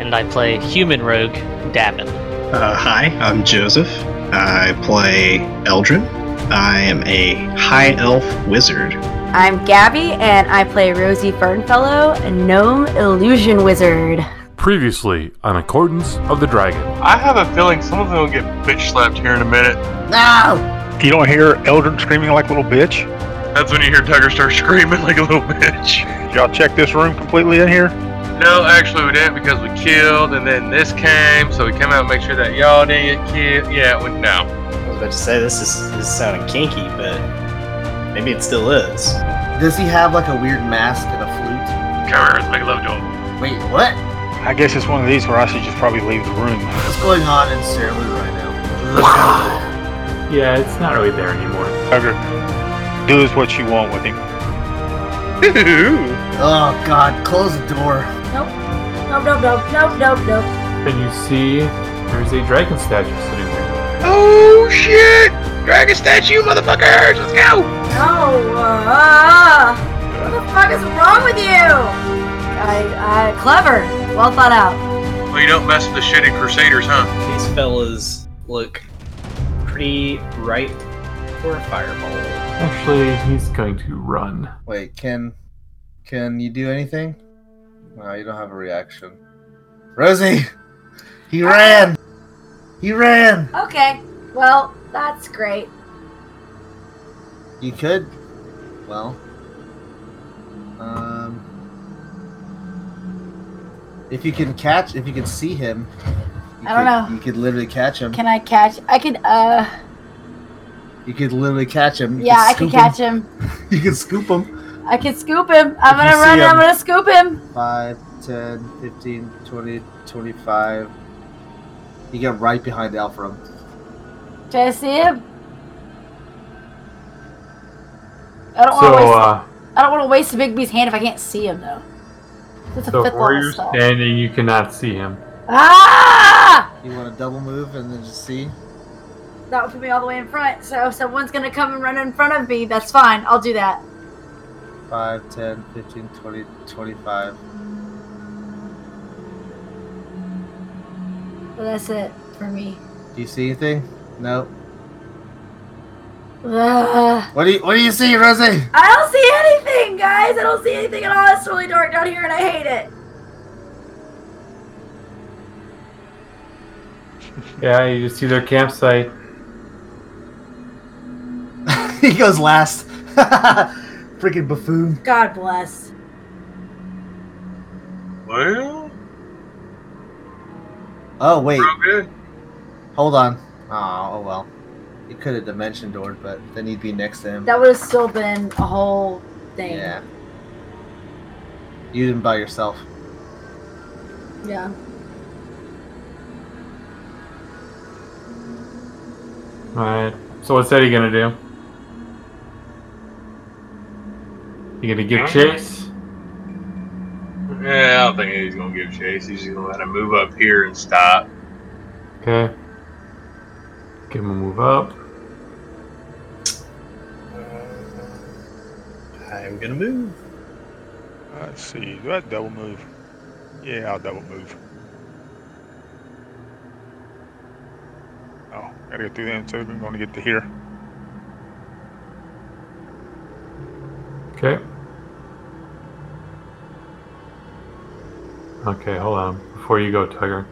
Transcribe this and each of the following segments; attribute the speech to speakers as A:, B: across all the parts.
A: and I play human rogue Davin.
B: Uh, hi, I'm Joseph. I play Eldrin. I am a high elf wizard.
C: I'm Gabby, and I play Rosie Fernfellow, a gnome illusion wizard.
D: Previously on Accordance of the Dragon.
E: I have a feeling some of them will get bitch slapped here in a minute.
C: No!
F: You don't hear Eldrin screaming like a little bitch?
E: That's when you hear Tugger start screaming like a little bitch.
F: Y'all check this room completely in here?
E: No, actually, we didn't because we killed, and then this came, so we came out and make sure that y'all didn't get killed. Yeah, we, no.
B: I was about to say this is this is sounding kinky, but maybe it still is.
G: Does he have like a weird mask and a
E: Come here, let's make love to him.
G: flute? Wait, what?
F: I guess it's one of these where I should just probably leave the room.
G: What's going on in Sarah Lou right now?
H: Yeah, it's not really there anymore.
F: Tugger, do is what you want with him.
G: oh god, close the door.
C: Nope. Nope, nope, nope, nope, nope, nope.
H: And you see there's a dragon statue sitting there.
E: Oh shit! Dragon statue, motherfuckers! Let's go!
C: No! Uh, what the fuck is wrong with you? I, I, clever. Well thought out.
E: Well, you don't mess with the shitty crusaders, huh?
B: These fellas look pretty ripe for a fireball.
H: Actually, he's going to run.
G: Wait, can can you do anything? No, you don't have a reaction. Rosie! He ran! He ran!
C: Okay. Well, that's great.
G: You could well. Um if you can catch if you can see him you
C: I don't
G: could-
C: know.
G: You could literally catch him.
C: Can I catch? I could, uh,
G: You could literally catch him. You
C: yeah, I could
G: scoop
C: catch him.
G: him. You can scoop him.
C: I could scoop him. I'm
G: If
C: gonna
G: you see
C: run and I'm
G: him-
C: gonna scoop him.
G: 5, 10, 15, 20, 25. You get right behind Alfred.
C: Did I see him? I don't
H: So,
C: want to waste
H: uh,
C: I don't want to waste Bigby's hand if I can't see him though. That's a
H: so
C: fifth
H: where
C: level
H: you're
C: spell.
H: standing, you cannot see him.
C: Ah!
G: You want to double move and then just see?
C: That would put me all the way in front. So if someone's gonna come and run in front of me. That's fine. I'll do that.
G: 5, 10, 15, 20, 25.
C: But that's it for me.
G: Do you see anything? No.
C: Ugh.
G: What do you What do you see, Rosie?
C: I don't see anything, guys. I don't see anything at all. It's really dark down here, and I hate it.
H: Yeah, you just see their campsite.
G: he goes last. Freaking buffoon.
C: God bless.
E: Well,
G: Oh wait,
E: real good.
G: hold on. Oh, oh well. You could have dimension doored, but then he'd be next to him.
C: That would have still been a whole thing.
G: Yeah. You didn't by yourself.
C: Yeah.
H: Alright. So what's Eddie gonna do? You gonna give chase?
E: Yeah, I don't think he's gonna give chase. He's just gonna let him move up here and stop.
H: Okay. Give him a move up.
B: I'm gonna move.
F: Let's see. Do I double move? Yeah, I'll double move. Oh, gotta get through them too. I'm gonna get to here.
H: Okay. Okay, hold on. Before you go, Tugger.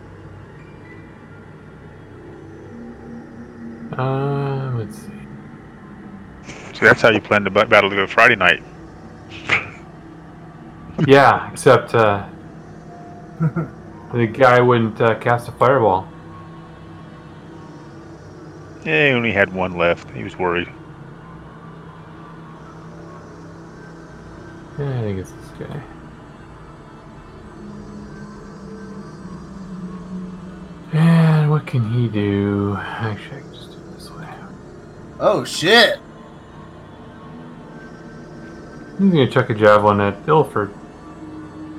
H: Um, let's see.
F: See, that's how you plan the ba- battle to go Friday night.
H: Yeah, except uh, the guy wouldn't uh, cast a fireball.
F: Yeah, he only had one left. He was worried.
H: Yeah, I think it's this guy. What can he do? Actually, I can just do it this way.
G: Oh shit!
H: He's gonna chuck a javelin at Ilford.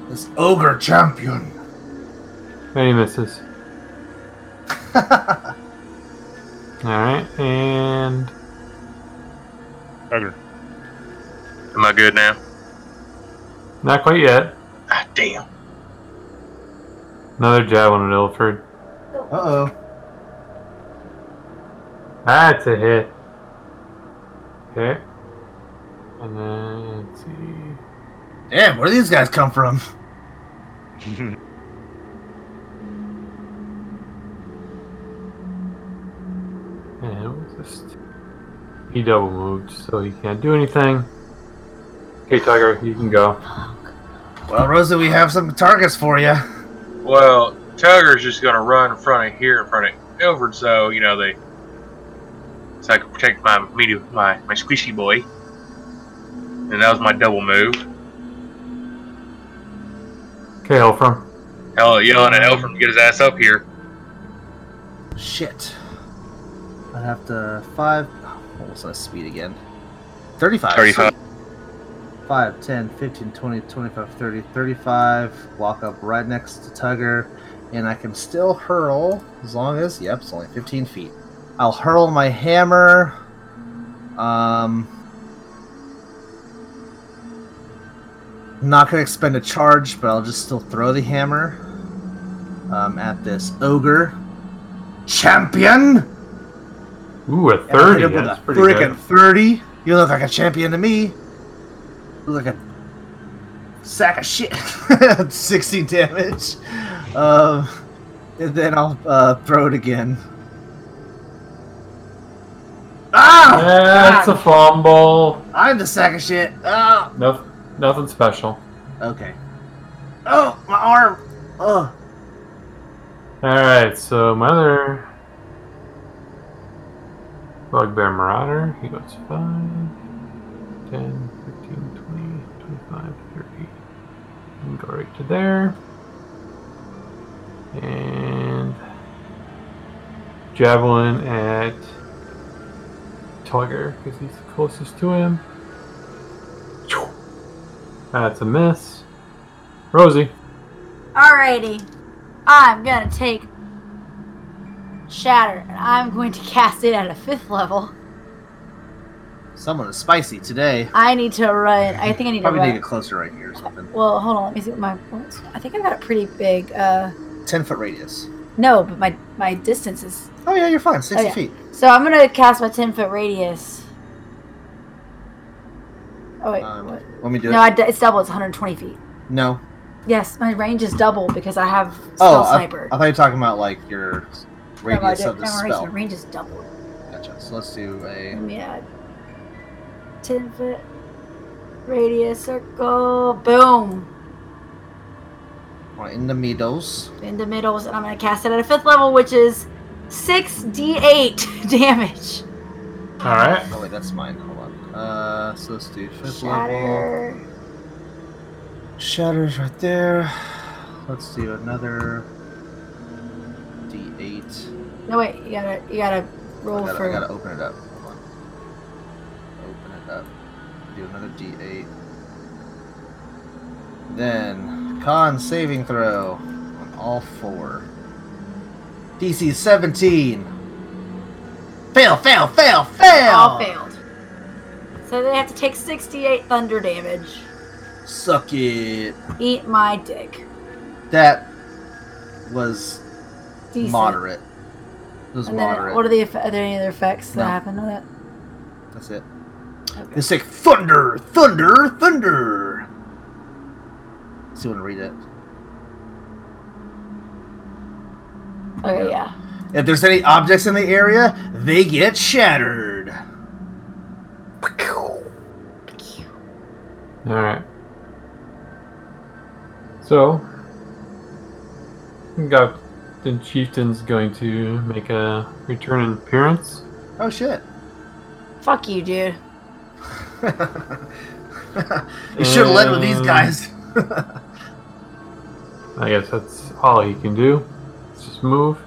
G: This ogre champion.
H: And he misses. Alright, and.
F: Tugger.
E: Am I good now?
H: Not quite yet.
B: Ah, damn.
H: Another javelin at Ilford.
G: Uh oh.
H: That's a hit. Okay. And then, let's see.
G: Damn, where do these guys come from?
H: And it was just he double moved, so he can't do anything. Okay, Tiger, you can go.
G: Well, Rosa, we have some targets for you.
E: Well, Tugger's just gonna run in front of here, in front of Ilford, so you know they, so I can protect my medium, my my squishy boy. And that was my double move.
H: Okay, Elfram.
E: Hell, yelling at Elford to get his ass up here.
G: Shit. I have to five. What was my speed again? Thirty-five.
E: 35.
G: 5, 10, 15, 20, 25, 30, 35. Walk up right next to Tugger, and I can still hurl as long as, yep, it's only 15 feet. I'll hurl my hammer. Um, not going to expend a charge, but I'll just still throw the hammer um, at this ogre. Champion!
H: Ooh, a
G: And I hit
H: 30.
G: him with
H: That's
G: a
H: pretty
G: freaking
H: good.
G: 30. You look like a champion to me. You look like a sack of shit. 16 damage. Um, and then I'll uh, throw it again. Ah!
H: That's a fumble.
G: I'm the sack of shit. Ah!
H: No, nothing special.
G: Okay. Oh, my arm. Oh.
H: Alright, so my other Bugbear Marauder, he goes 5, 10, 15, 20, 25, 30. And go right to there. And Javelin at Tugger, because he's the closest to him. That's a miss. Rosie.
C: Alrighty. I'm gonna take Shatter and I'm going to cast it at a fifth level.
G: Someone is spicy today.
C: I need to run. I think I need
G: Probably
C: to
G: need
C: run.
G: to get closer right here or something.
C: well, hold on. Let me see what my. what's- I think I've got a pretty big. uh
G: 10 foot radius.
C: No, but my my distance is.
G: Oh, yeah, you're fine. 60
C: Oh, yeah.
G: feet.
C: So I'm gonna cast my ten foot radius. Oh wait.
G: Um,
C: what?
G: Let me do
C: No,
G: it.
C: I, it's double. It's 120 feet.
G: No.
C: Yes, my range is double because I have spell
G: Oh, I, I
C: sniper.
G: thought you were talking about like your
C: No, I
G: radius
C: don't-
G: of the
C: no, my range- My
G: spell.
C: range is double.
G: Gotcha. So let's do a.
C: Yeah. 10 foot radius circle. Boom.
G: Right in the middles.
C: In the middles. And I'm going to cast it at a fifth level, which is 6d8 damage.
H: Alright.
G: Oh wait, that's mine. Hold on. Uh, so let's do fifth
C: Shatter.
G: level. Shatters right there. Let's do another D8.
C: No, wait. You gotta, you gotta
G: I
C: roll
G: gotta, I
C: for.
G: gotta open it up. Hold on. Open it up. Do another D8. Then con saving throw on all four. DC 17. Fail! Fail! Fail! Fail!
C: All failed. So they have to take 68 thunder damage.
G: Suck it.
C: Eat my dick.
G: That was
C: Decent.
G: moderate. It was
C: And then
G: moderate.
C: what are the eff- are there any other effects that
G: No.
C: happen to that?
G: That's it.
C: Okay.
G: It's like thunder, thunder, thunder. So you want to read it?
C: Okay, yeah.
G: If there's any objects in the area, they get shattered.
H: All right. So, got the chieftain's going to make a return appearance.
G: Oh shit!
C: Fuck you, dude.
G: you should have led with these
H: Um,
G: guys.
H: I guess that's all he can do. Let's just move.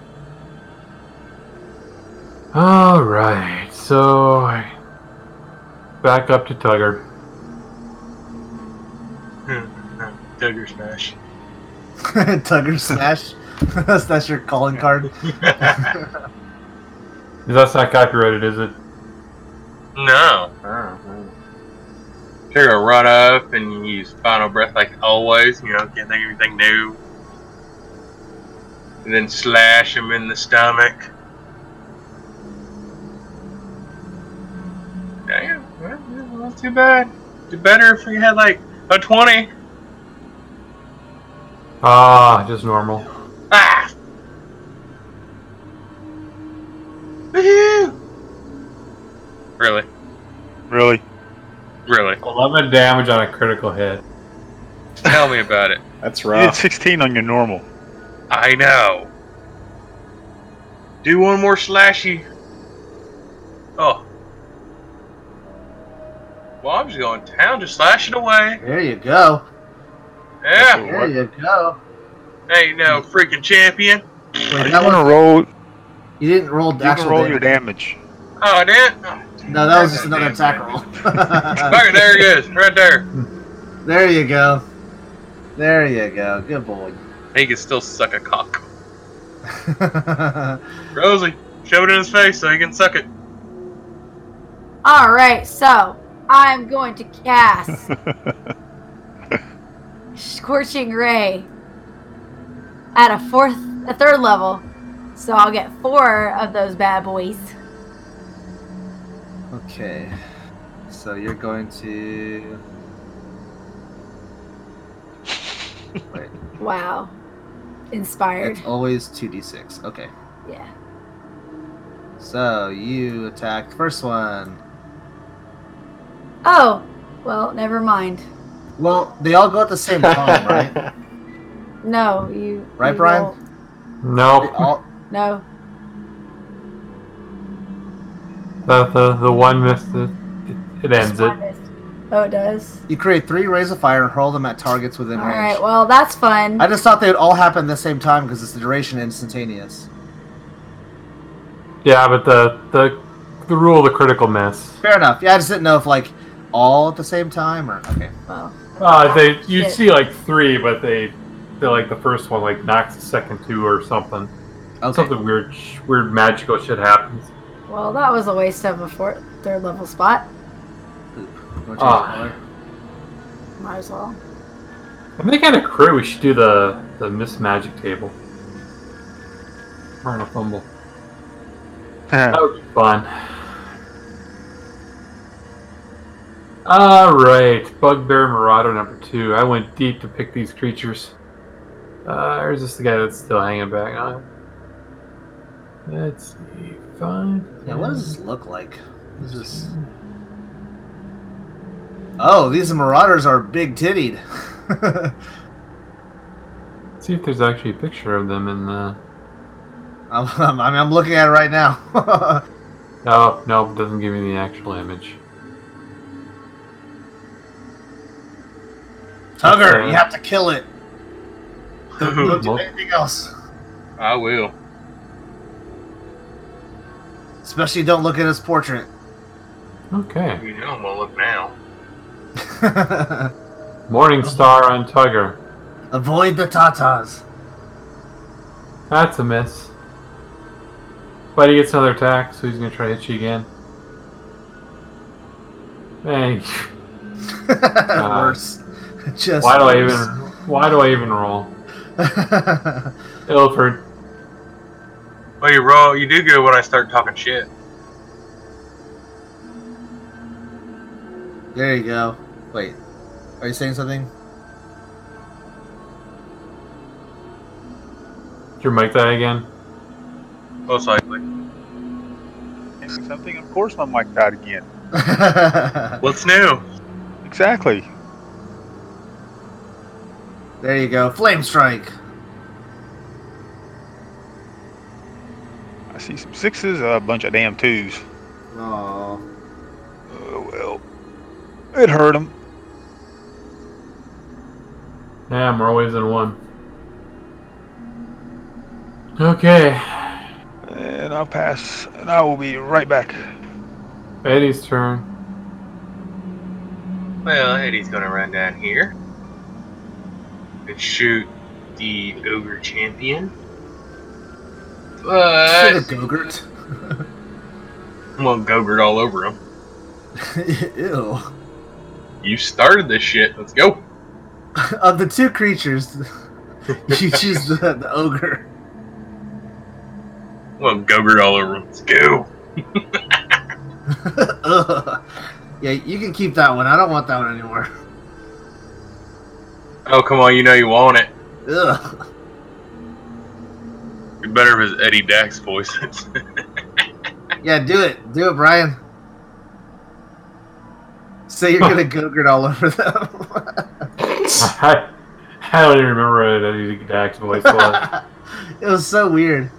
H: All right, so I- back up to Tugger.
E: Duggar smash.
G: Tugger Smash. that's, that's your calling card.
H: That's not copyrighted, is it?
E: No. You're gonna run up and use final breath like always. You know, can't think of anything new. And then slash him in the stomach. Damn, well, that's not too bad. It'd be better if we had like a twenty.
H: Ah, just normal.
E: Ah! Woohoo! Really,
F: Really?
E: really.
H: Eleven damage on a critical hit.
E: Tell me about it.
I: That's
F: You did
I: rough.
F: 16 on your normal.
E: I know. Do one more slashy. Oh. Well, I'm just going to town, just slash it away.
G: There you go.
E: Yeah.
G: There you go.
E: Ain't no freaking champion.
G: Wait,
F: Are you
G: that one,
F: gonna roll? You
G: you didn't roll the
F: can
G: actual
F: roll
G: damage.
F: your damage.
E: Oh, I did.
H: Uh.
G: No, that was just another
E: Damn,
G: attack
E: man.
G: roll.
E: Okay, there it is, right there.
G: there you go. There you go. Good boy.
E: He can still suck a cock. Rosie, shove it in his face so he can suck it.
C: All right, so I'm going to cast Scorching Ray at a fourth, a third level, so I'll get four of those bad boys.
G: okay. So you're going to. Wait.
C: Wow, inspired.
G: It's always 2d6. Okay.
C: Yeah.
G: So you attack first one.
C: Oh, well, never mind.
G: Well, they all go at the same time, right?
C: No, you.
G: Right,
C: you
G: Brian?
C: roll-
G: They
H: Nope.
G: all-
C: No.
H: The the, the one missed it. It ends
C: just
H: it.
C: one is- Oh, it does.
G: you create three rays of fire and hurl them at targets within
C: All
G: range.
C: right. Well, that's fun.
G: I just thought they would all happen at the same time because it's the duration instantaneous.
H: Yeah, but the the the rule of the critical miss.
G: Fair enough. Yeah, I just didn't know if like all at the same time or okay.
C: Well,
H: Uh, they you'd
C: Shit.
H: see like three, but they they like the first one like knocks the second two or something.
G: Okay.
H: Something weird, sh- weird magical shit happens.
C: well, that was a waste of a fourth, third level spot.
G: You wanna change
H: Ah.
G: the color?
C: Might as well.
H: I'm thinking on a crew we should do the the miss magic table. We're on a fumble. That would be fun. Alright, Bugbear Marauder number two. I went deep to pick these creatures. Uh, or is this the guy that's still hanging back on? Let's see. Five.
G: Yeah, what does this look like? This is. Oh, these marauders are big tittied.
H: Let's see if there's actually a picture of them in the.
G: I'm, I'm, I mean, I'm looking at it right now.
H: No, no, it doesn't give me the actual image.
G: Tugger, you have to kill it. Don't, don't do
H: Well-
G: anything else.
E: I will.
G: Especially don't look at his portrait.
H: Okay.
E: You know I'm gonna look now.
H: Morning Star on Tugger.
G: Avoid the tatas.
H: That's a miss. But he gets another attack, so he's gonna try to hit you again. Hey,
G: worse. Just
H: why do I even? Why do I even roll?
G: I even?
H: Ilford,
E: Well, you roll. You do good when I start talking shit.
G: there you go. Wait, are you saying something?
H: your mic die again?
E: Most likely.
F: Something, of course, my mic died again.
G: there
E: What's new?
F: Exactly.
G: you go. Flame strike.
F: I see some sixes, a bunch of damn twos.
G: Oh,
F: Oh well, it hurt him.
H: Yeah, more ways than one. Okay.
F: And I'll pass, and I will be right back.
H: Eddie's turn.
E: Well, Eddie's gonna run down here and shoot the ogre champion.
G: Sort of
E: But
G: Gogurt.
E: I'm gonna Gogurt all over him.
G: Ew.
E: You started this shit. Let's go.
G: of the two creatures, you choose the, the ogre.
E: I'm gonna Gogurt all over him. Let's go.
G: Ugh. Yeah, you can keep that one. I don't want that one anymore.
E: Oh come on, you know you want it.
G: Ugh.
E: It'd be better if it's Eddie Dax voices.
G: Yeah, do it. Do it, Brian. Say you're gonna Gogurt all over them.
H: I, I don't even remember what Eddie Dax voice was.
G: it was so weird.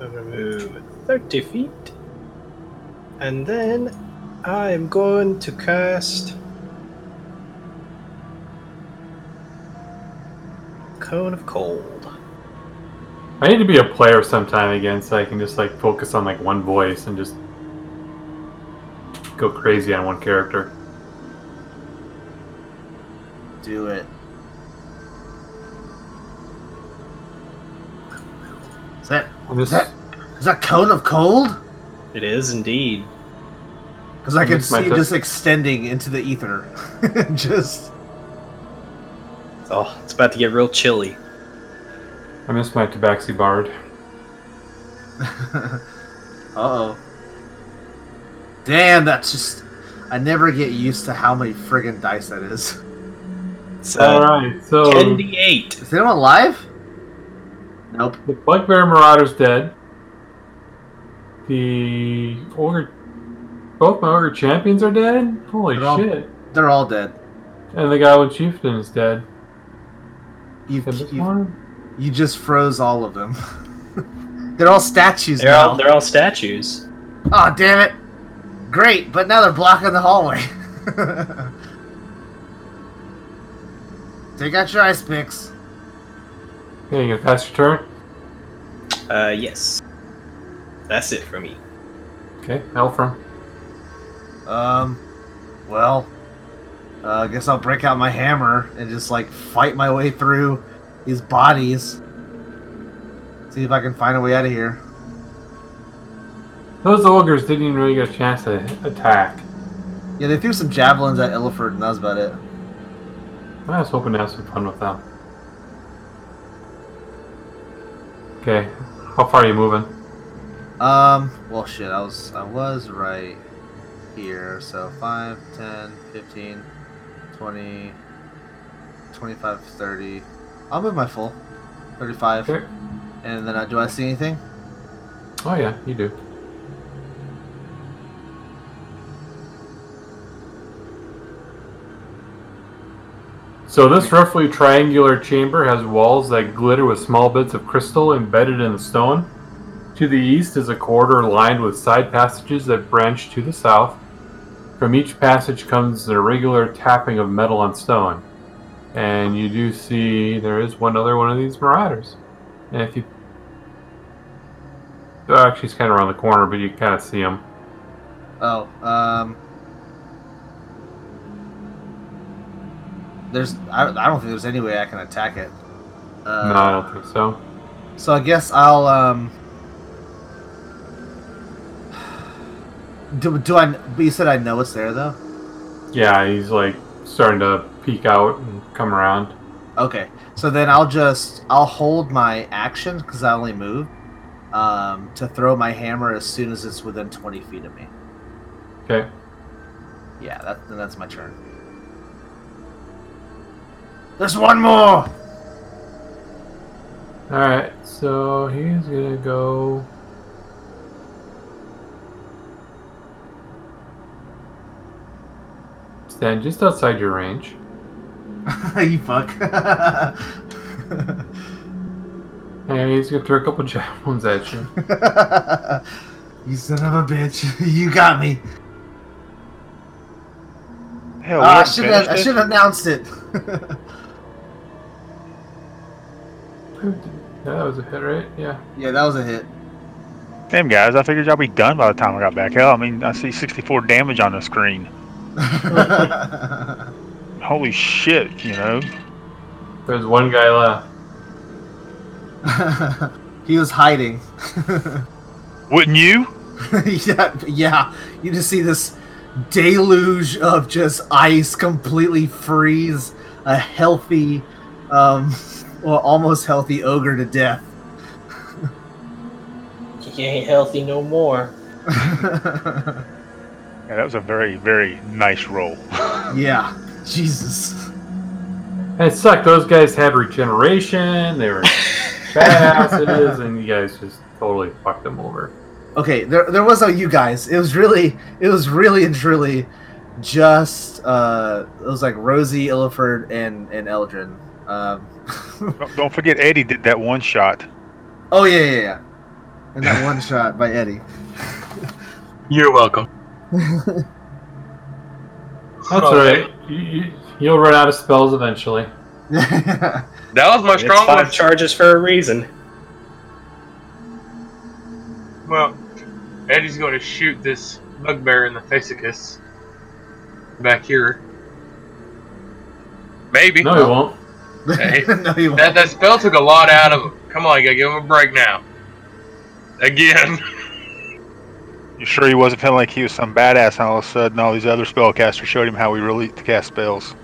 J: I'm gonna move 30 feet. And then I'm going to cast Cone of Cold.
H: I need to be a player sometime again, so I can just like focus on like one voice and just go crazy on one character.
G: Do it. Is that
H: I'm just,
G: That- is that cone of cold?
J: It is indeed.
G: Because I can
H: It's my
G: see
H: turn.
G: this extending into the ether. Just
J: Oh, it's about to get real chilly.
H: I miss my Tabaxi Bard.
G: Uh oh. Damn, that's just. I never get used to how many friggin' dice that is.
H: All
J: So,
H: right,
I: Oh.
H: so
J: 10d8.
G: Is anyone alive? Nope.
H: the Bugbear Marauder's dead. The ogre, both my ogre champions are dead. Holy
G: They're all-
H: shit!
G: They're all dead.
H: And the guy with chieftain is dead.
G: You've,
H: And this
G: you
H: one?
G: you just froze all of them. they're all statues
J: They're all,
G: now.
J: they're all statues.
G: Oh, damn it. Great, but now they're blocking the hallway. Take out your ice picks.
H: Yeah, you can pass your turn.
J: Uh, yes. That's it for me.
H: Okay, Elfram.
G: Um, well, uh, I guess I'll break out my hammer and just like fight my way through these bodies. See if I can find a way out of here.
H: Those ogres didn't even really get a chance to attack.
G: Yeah, they threw some javelins at Illiford, and that was about it.
H: I was hoping to have some fun with them. Okay, how far are you moving?
G: Um, well, shit, I was I was right here. So 5, 10, 15, 20, 25, 30. I'll move my full. 35.
H: Okay.
G: And then I, do I see anything?
H: Oh yeah, you do. So this roughly triangular chamber has walls that glitter with small bits of crystal embedded in the stone. To the east is a corridor lined with side passages that branch to the south. From each passage comes an irregular tapping of metal on stone. And you do see there is one other one of these marauders. And if you Oh, actually, he's kind of around the corner, but you kind of see him.
G: Oh, um. There's. I, I don't think there's any way I can attack it.
H: no,
G: Uh,
H: I don't think so.
G: So I guess I'll, um. Do, do I. But you said I know it's there, though?
H: Yeah, he's like starting to peek out and come around.
G: Okay. So then I'll just. I'll hold my action, because I only move, um, to throw my hammer as soon as it's within 20 feet of me.
H: Okay.
G: Yeah, that, then that's my turn. There's one more!
H: All right, so he's gonna go. Stand just outside your range.
G: you fuck.
H: And he's gonna throw a couple javelins at you.
G: you son of a bitch. You got me.
F: Hell,
G: Oh,
F: we
G: I
F: haven't
G: should have I
F: finished
G: should
F: this?
G: have announced it.
H: Yeah, that was a hit, right? Yeah.
G: Yeah, that was a hit.
F: Damn, guys, I figured y'all be done by the time I got back. Hell, I mean, I see 64 damage on the screen. Holy shit, you know.
H: There's one guy left.
G: he was hiding.
F: Wouldn't you?
G: yeah, yeah. You just see this deluge of just ice completely freeze a healthy, um, well, almost healthy ogre to death.
K: He ain't healthy no more.
F: Yeah, that was a very, very nice roll.
G: yeah, Jesus.
H: And it sucked. Those guys had regeneration. They were badasses, and you guys just totally fucked them over.
G: Okay, there, there was no you guys. It was really, it was really and truly just, uh, it was like Rosie, Illiford, and, and Eldrin. Um,
F: Don't- Don't forget, Eddie did that one shot.
G: oh, yeah, yeah, yeah. And that one shot by Eddie.
E: You're welcome.
H: That's all
E: Oh,
H: right. You, you, you'll run out of spells eventually.
E: That was my
J: It's
E: strong
J: five
E: one.
J: charges for a reason.
E: Well, Eddie's going to shoot this bugbear in the physicus back here. Maybe.
H: No, he won't.
E: Hey,
G: no, he won't.
E: That, that spell took a lot out of him. Come on, you gotta give him a break now. Again.
F: You sure he wasn't feeling like he was some badass, and all of a sudden, all these other spellcasters showed him how we really to cast spells.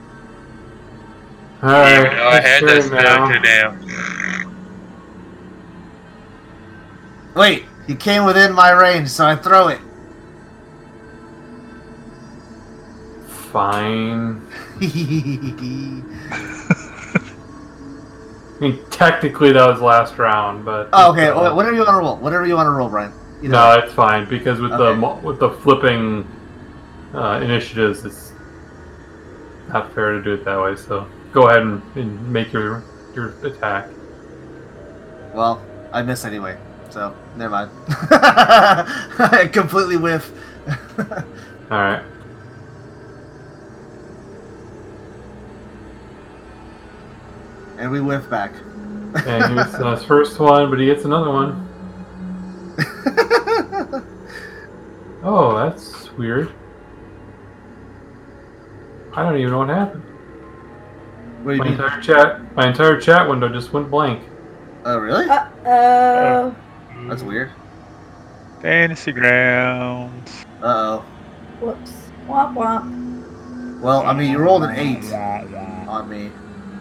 H: All right.
E: Even though I
H: it's
E: had
H: your
E: that
H: now.
E: spell to damn.
G: Wait, he came within my range, so I throw it.
H: Fine. I mean, technically that was last round, but uh,
G: oh, okay, wh- whatever you want to roll. Whatever you want to roll, Brian. You
H: no, it's fine because with the
G: Okay.
H: the with the flipping uh, initiatives, it's not fair to do it that way. So go ahead and, and make your your attack.
G: Well, I miss anyway, so never mind. I completely whiff.
H: All right.
G: and we whiff back.
H: And he gets uh, his first one, but he gets another one. oh, that's weird. I don't even know what happened.
G: What do you
H: my
G: mean?
H: entire chat, my entire chat window just went blank.
G: Oh, really?
C: Uh,
G: Uh,
C: Uh-oh.
G: That's weird.
F: Fantasy grounds.
G: Uh oh.
C: Whoops. Womp womp.
G: Well, I mean, you rolled an 8 on me,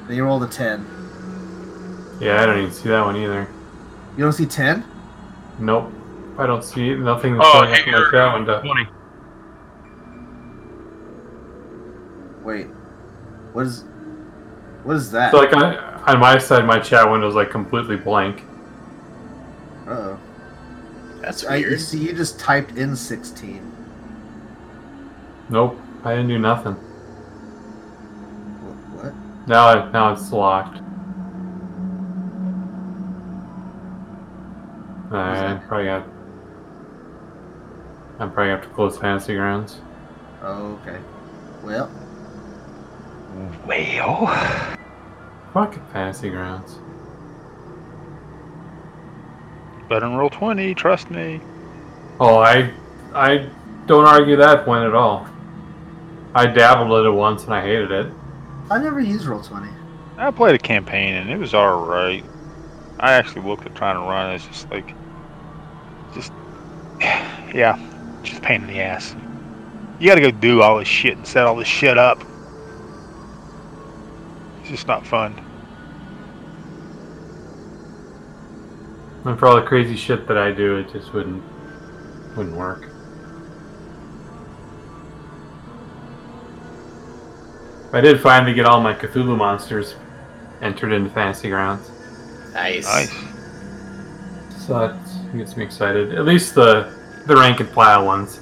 G: then you rolled a 10.
H: Yeah, I don't even see that one either.
G: You don't see 10?
H: Nope, I don't see nothing that's
E: Oh,
H: showing up in my
E: here.
H: chat window.
E: 20.
G: Wait. What is. What is that?
H: So like on, on my side, my chat window is like completely blank.
G: Uh oh.
J: That's
G: I, you
J: weird.
G: see, you just typed in 16.
H: Nope, I didn't do nothing.
G: Wh- What?
H: Now, I, now it's locked. Alright, I'm probably got. I'm probably gonna have to close fantasy grounds.
G: Oh, okay. Well,
F: Well,
H: Fuck fantasy grounds.
F: better than roll 20, trust me.
H: Oh, I, I don't argue that point at all. I dabbled at it once and I hated it.
G: I never used roll 20.
F: I played a campaign and it was alright. I actually looked at trying to run, it's just like. Just. Yeah, just a pain in the ass. You gotta go do all this shit and set all this shit up. It's just not fun.
H: And for all the crazy shit that I do, it just wouldn't, wouldn't work. I did finally get all my Cthulhu monsters entered into fantasy grounds.
K: Nice.
F: Nice.
H: So that gets me excited. At least the the rank and file ones.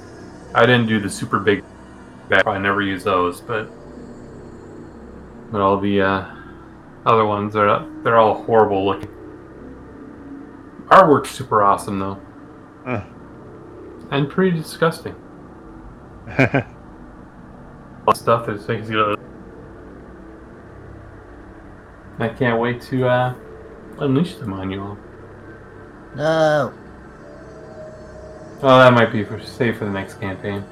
H: I didn't do the super big. I probably never use those, but but all the uh, other ones are they're all horrible looking. Artwork's super awesome though,
F: Huh.
H: and pretty disgusting. Lots of stuff that makes you. I can't wait to uh, unleash them on you all.
G: No.
H: Oh, that might be for safe for the next campaign.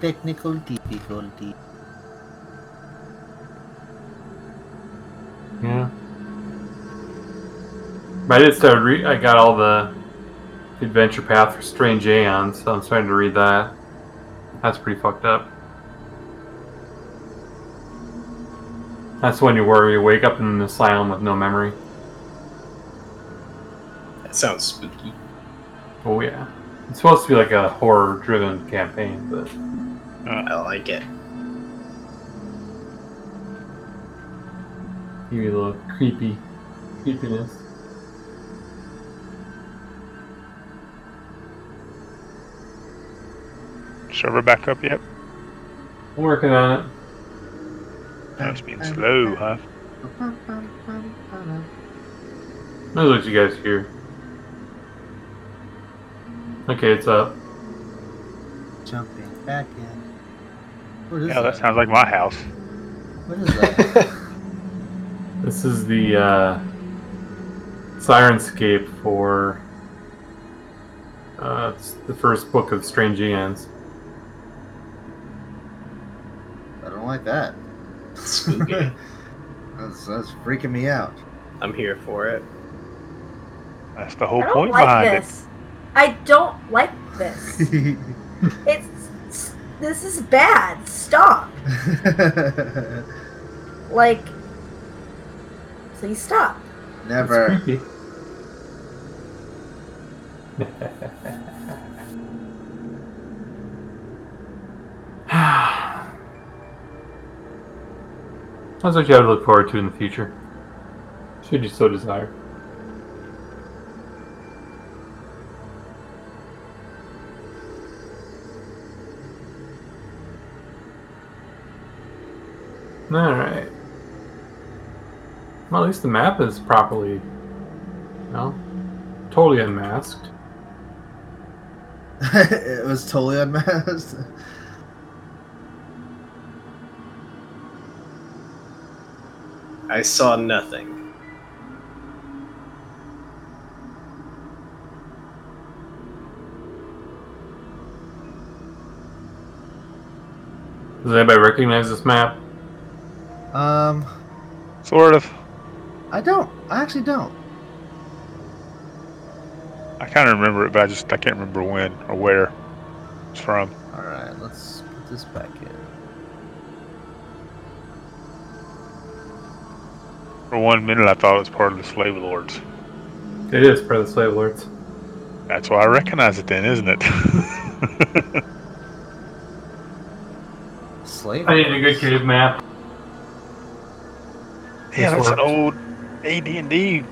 G: Technical difficulty.
H: Yeah. But I did start re- I got all the adventure path for strange aeons, so I'm starting to read that. That's pretty fucked up. That's when you worry you wake up in an asylum with no memory.
J: That sounds spooky.
H: Oh yeah. It's supposed to be like a horror driven campaign, but Uh.
J: I like it.
H: maybe a little creepy creepiness.
F: Server back up yet?
H: I'm working on it.
F: That's being slow, huh?
H: That's what you guys hear. Okay, it's up.
G: Jumping back in. What is
F: Yeah, that
G: that?
F: sounds like my house.
G: What is that?
H: This is the uh, Sirenscape for uh, it's the first book of Strange Eons.
G: I don't like that.
J: Spooky.
G: that's, that's freaking me out.
J: I'm here for it.
F: That's the whole
C: I don't
F: Oh, point
C: like
F: behind
C: this. I don't like this. it's s- this is bad. Stop. Like, please stop.
G: Never.
H: creepy. That's what you have to look forward to in the future, should you so desire. All right. Well, at least the map is properly, well, totally unmasked.
G: it was totally unmasked.
J: I saw nothing.
H: Does anybody recognize this map?
G: Um,
F: it. Sort of.
G: I don't. I actually don't.
F: I kind of remember it, but I just I can't remember when or where it's from.
G: All right, let's put this back in.
F: For one minute, I thought it was part of the slave lords.
H: It is part of the slave lords.
F: That's why I recognize it, then, isn't it?
G: Slave.
H: I need a good cave map.
F: yeah,
H: This
F: that's an
H: works.
F: old AD&D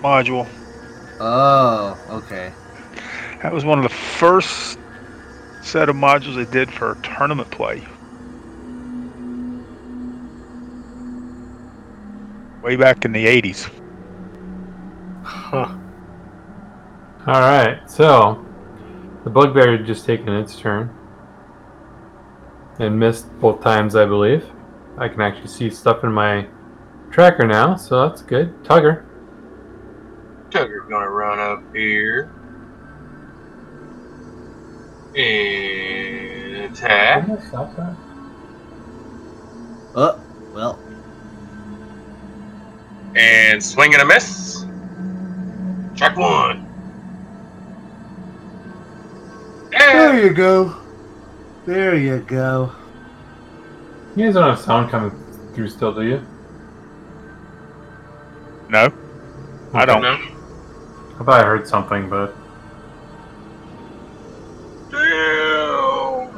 F: module.
G: Oh, okay.
F: That was one of the first set of modules they did for tournament play. Way back in the 80s.
J: Huh.
H: All right, so the bugbear had just taken its turn and missed both times, I believe. I can actually see stuff in my tracker now, so that's good. Tugger,
E: Tugger's gonna run up here and attack.
G: Oh, well.
E: And swing and a miss. Check one.
G: There you go. There you go.
H: you guys don't have sound coming through still, do you?
F: No? I don't.
E: No.
H: I thought I heard something, but
E: Damn.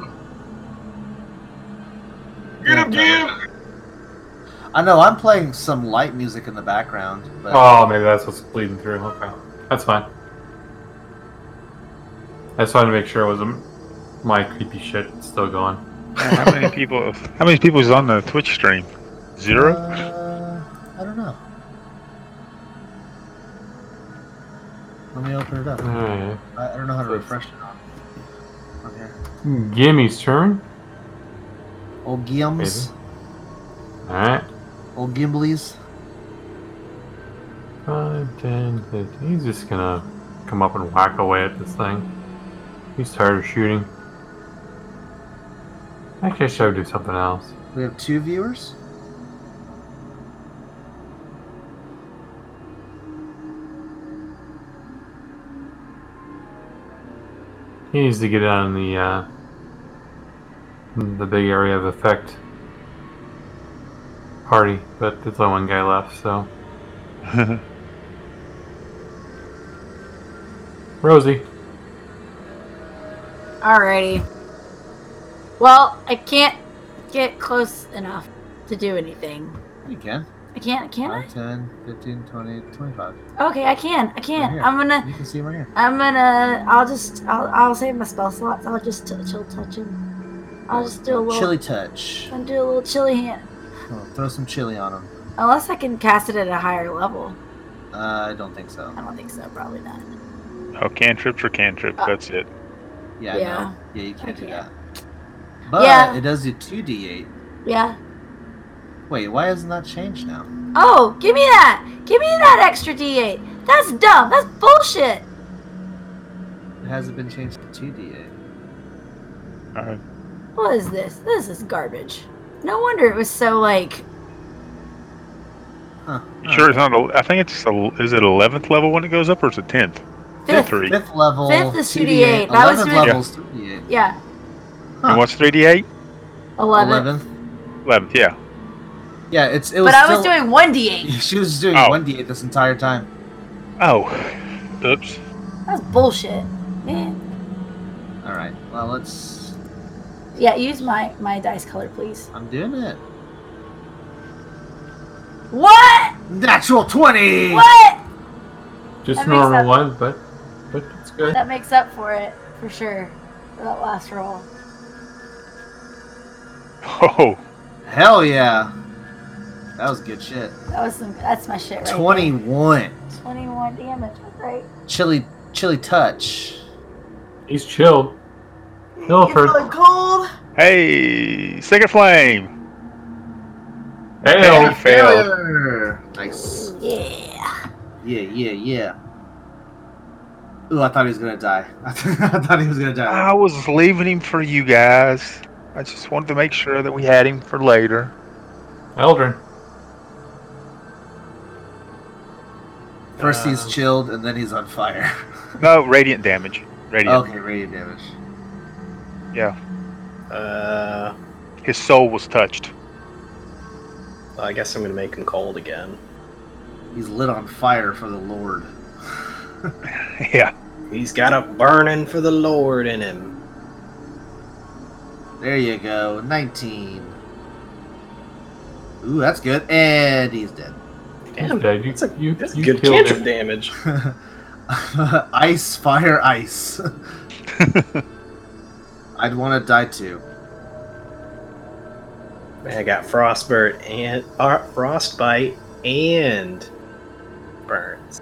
E: Get him, Jim.
G: I know I'm playing some light music in the background, but
H: oh, maybe that's what's bleeding through. Okay, that's fine. I just wanted to make sure it wasn't my creepy shit still going.
F: How many people? How many people is on the Twitch stream? Zero.
G: Uh, I don't know. Let me open it up.
E: Hmm.
H: Alright.
G: I, I don't know how to refresh it on, on here.
H: Gimmy's turn.
G: Old Guillaume's.
H: Alright.
G: Old Gimblies.
H: 5, 10, 15. He's just gonna come up and whack away at this thing. He's tired of shooting. Actually, I should do something else.
G: We have two viewers.
H: He needs to get on the uh, the big area of effect party, but there's only one guy left, so. Rosie.
C: Alrighty. Well, I can't get close enough to do anything.
G: You can.
C: I can't. Can I?
G: 5, 10, 15, 20, 25.
C: Okay, I can. I
G: Right
C: can.
G: here.
C: I'm gonna.
G: You can see him right here.
C: I'm gonna. I'll just. I'll. I'll save my spell slots. I'll just t- chill touch him. I'll just do a little.
G: Chili touch.
C: I'll do a little chilly hand.
G: Oh, throw some chili on him.
C: Unless I can cast it at a higher level.
G: Uh, I don't think so.
C: I don't think so. Probably not.
F: Oh, cantrips or cantrip. That's it.
G: Yeah,
C: Yeah.
G: no. Yeah, you can't do that.
C: can't.
G: But
C: Yeah.
G: it does do 2d8.
C: Yeah.
G: Wait, why hasn't that changed now?
C: Oh, give me that. Give me that extra D8. That's dumb. That's bullshit.
G: It hasn't been changed to 2d8.
F: Alright.
C: What is this? This is garbage. No wonder it was so like.
G: Huh.
F: You sure it's not. A, I think it's. A, is it eleventh level when it goes up, or it's a tenth?
C: Fifth.
F: three.
G: Fifth level.
C: Fifth is 2d8. That was
G: 11th
C: really-
G: level is 2d8.
C: Yeah.
F: And what's three d eight?
C: 11.
G: 11th.
F: Eleventh. Yeah.
G: Yeah, it's it was
C: But I was
G: still-
C: doing 1d8.
G: She was doing
F: Oh.
G: 1d8 this entire time.
F: Oh. Oops.
C: That's bullshit. Man.
G: Alright, well, let's.
C: Yeah, use my my dice color, please.
G: I'm doing it.
C: What?
G: Natural 20!
C: What?
H: Just
C: That makes
H: normal
C: sense.
H: one, but but it's good.
C: That makes up for it for sure. For that last roll.
F: Oh.
G: Hell yeah. That was good shit.
C: That was some. That's my shit right. there.
G: 21.
C: Twenty-one damage. that's Right.
G: Chili, chili touch.
H: He's chilled.
C: It's really cold.
F: Hey, second flame.
H: Fail.
F: Hey, fail.
G: Failure. Nice.
C: Yeah.
G: Yeah, yeah, yeah. Ooh, I thought he was gonna die. I thought he was gonna die.
F: I was leaving him for you guys. I just wanted to make sure that we had him for later.
H: Eldrin.
G: First
C: Uh.
G: he's chilled, and then he's on fire.
F: No, radiant damage. Radiant.
G: Okay, radiant damage.
F: Yeah.
J: Uh,
F: His soul was touched.
J: I guess I'm gonna make him cold again.
G: He's lit on fire for the Lord.
F: Yeah.
J: He's got a burning for the Lord in him.
G: There you go, 19. Ooh, that's good. And he's dead.
J: Damn,
H: Dad, you,
J: that's a,
H: you,
J: that's
H: you
J: good
H: killed
J: cantrip
H: him.
J: damage.
G: ice, fire, ice. I'd want to die too.
J: Man, I got frostbite and uh, frostbite and burns.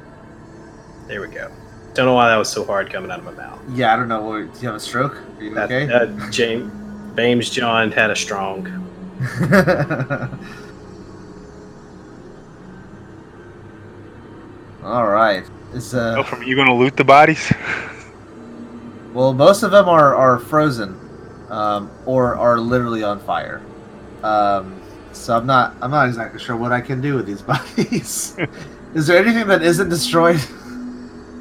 J: There we go. Don't know why that was so hard coming out of my mouth.
G: Yeah, I don't know. What, do you have a stroke? Are you
J: That,
G: okay?
J: that James, James John had a strong.
G: All right. Is uh,
F: Oh, from you gonna loot the bodies?
G: well, most of them are are frozen, um, or are literally on fire. Um, so I'm not I'm not exactly sure what I can do with these bodies. Is there anything that isn't destroyed?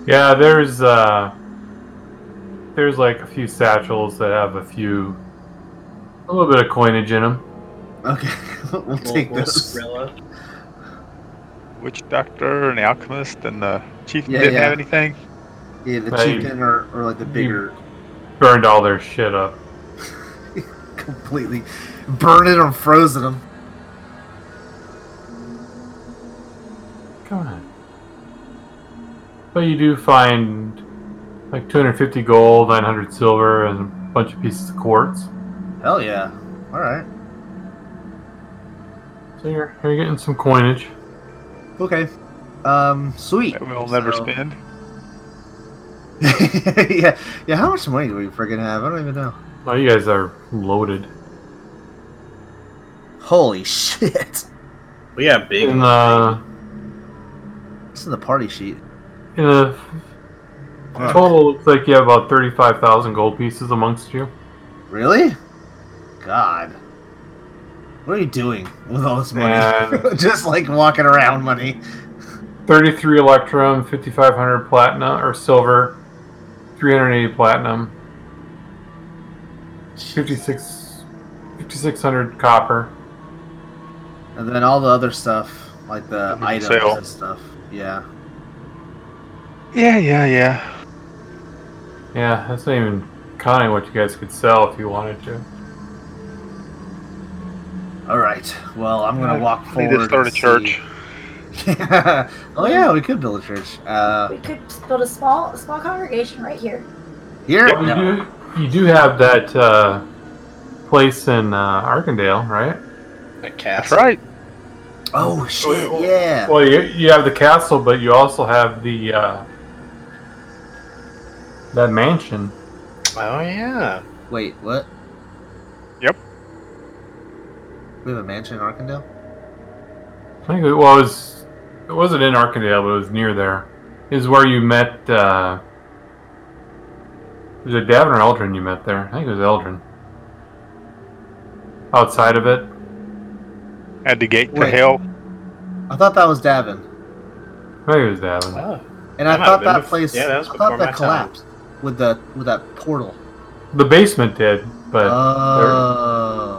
H: Yeah, there's uh there's like a few satchels that have a few a little bit of coinage in them.
G: Okay, we'll take this.
J: Skrilla.
F: Witch doctor and the alchemist and the chief
G: Yeah,
F: didn't
G: yeah.
F: have anything.
G: Yeah, the
H: Hey.
G: chieftain or, or like the bigger,
H: Burned all their shit up.
G: completely burning or frozen them.
H: Come on. But you do find like 250 gold, 900 silver, and a bunch of pieces of quartz.
G: Hell yeah! All right.
H: So you're, you're getting some coinage.
G: Okay. Um, sweet.
F: That we'll never
G: So-
F: spend.
G: yeah, yeah. How much money do we freaking have? I don't even know.
H: Oh, you guys are loaded.
G: Holy shit!
J: We got big.
G: Mm.
E: In
H: uh,
E: the
G: It's in the party sheet.
E: in the total, looks like you have about thirty-five thousand gold pieces amongst you.
G: Really? God. What are you doing with all this money?
E: Man.
G: Just like walking around money.
E: Thirty-three electrum, fifty-five hundred platinum or silver, three hundred eighty platinum, 56 5,600 copper.
G: And then all the other stuff, like the items
L: sale.
G: and stuff. Yeah.
L: Yeah, yeah, yeah.
E: Yeah, that's not even counting what you guys could sell if you wanted to.
G: All right. Well, I'm gonna
L: Yeah,
G: walk
L: we
G: forward.
L: need to start
G: and
L: a church.
G: see- oh yeah, we could build a church. Uh,
C: We could just build a small, small congregation right here.
G: here.
E: Yeah,
G: no.
E: you, do, you do have that uh, place in uh, Arkandale, right?
J: The
L: That's
J: castle.
L: right.
G: Oh shit! Yeah.
E: Well, you, you have the castle, but you also have the uh, that mansion.
J: Oh yeah.
G: Wait, what?
L: Yep.
G: We have a mansion in Arkandale.
E: I think it was it wasn't in Arkandale, but it was near there. Is where you met. Uh, was it Davin or Eldrin you met there? I think it was Eldrin. Outside of it,
L: At the gate to
G: Wait.
L: hell.
G: I thought that was Davin,
E: maybe it was Davin.
J: Oh.
G: and
J: That
G: I
J: might have
G: thought
J: been
G: that
J: bef-
G: place.
J: yeah, that was
G: I
J: before
G: thought
J: my
G: that
J: time.
G: collapsed with the with that portal.
E: The basement did, but
G: Uh.
J: Uh,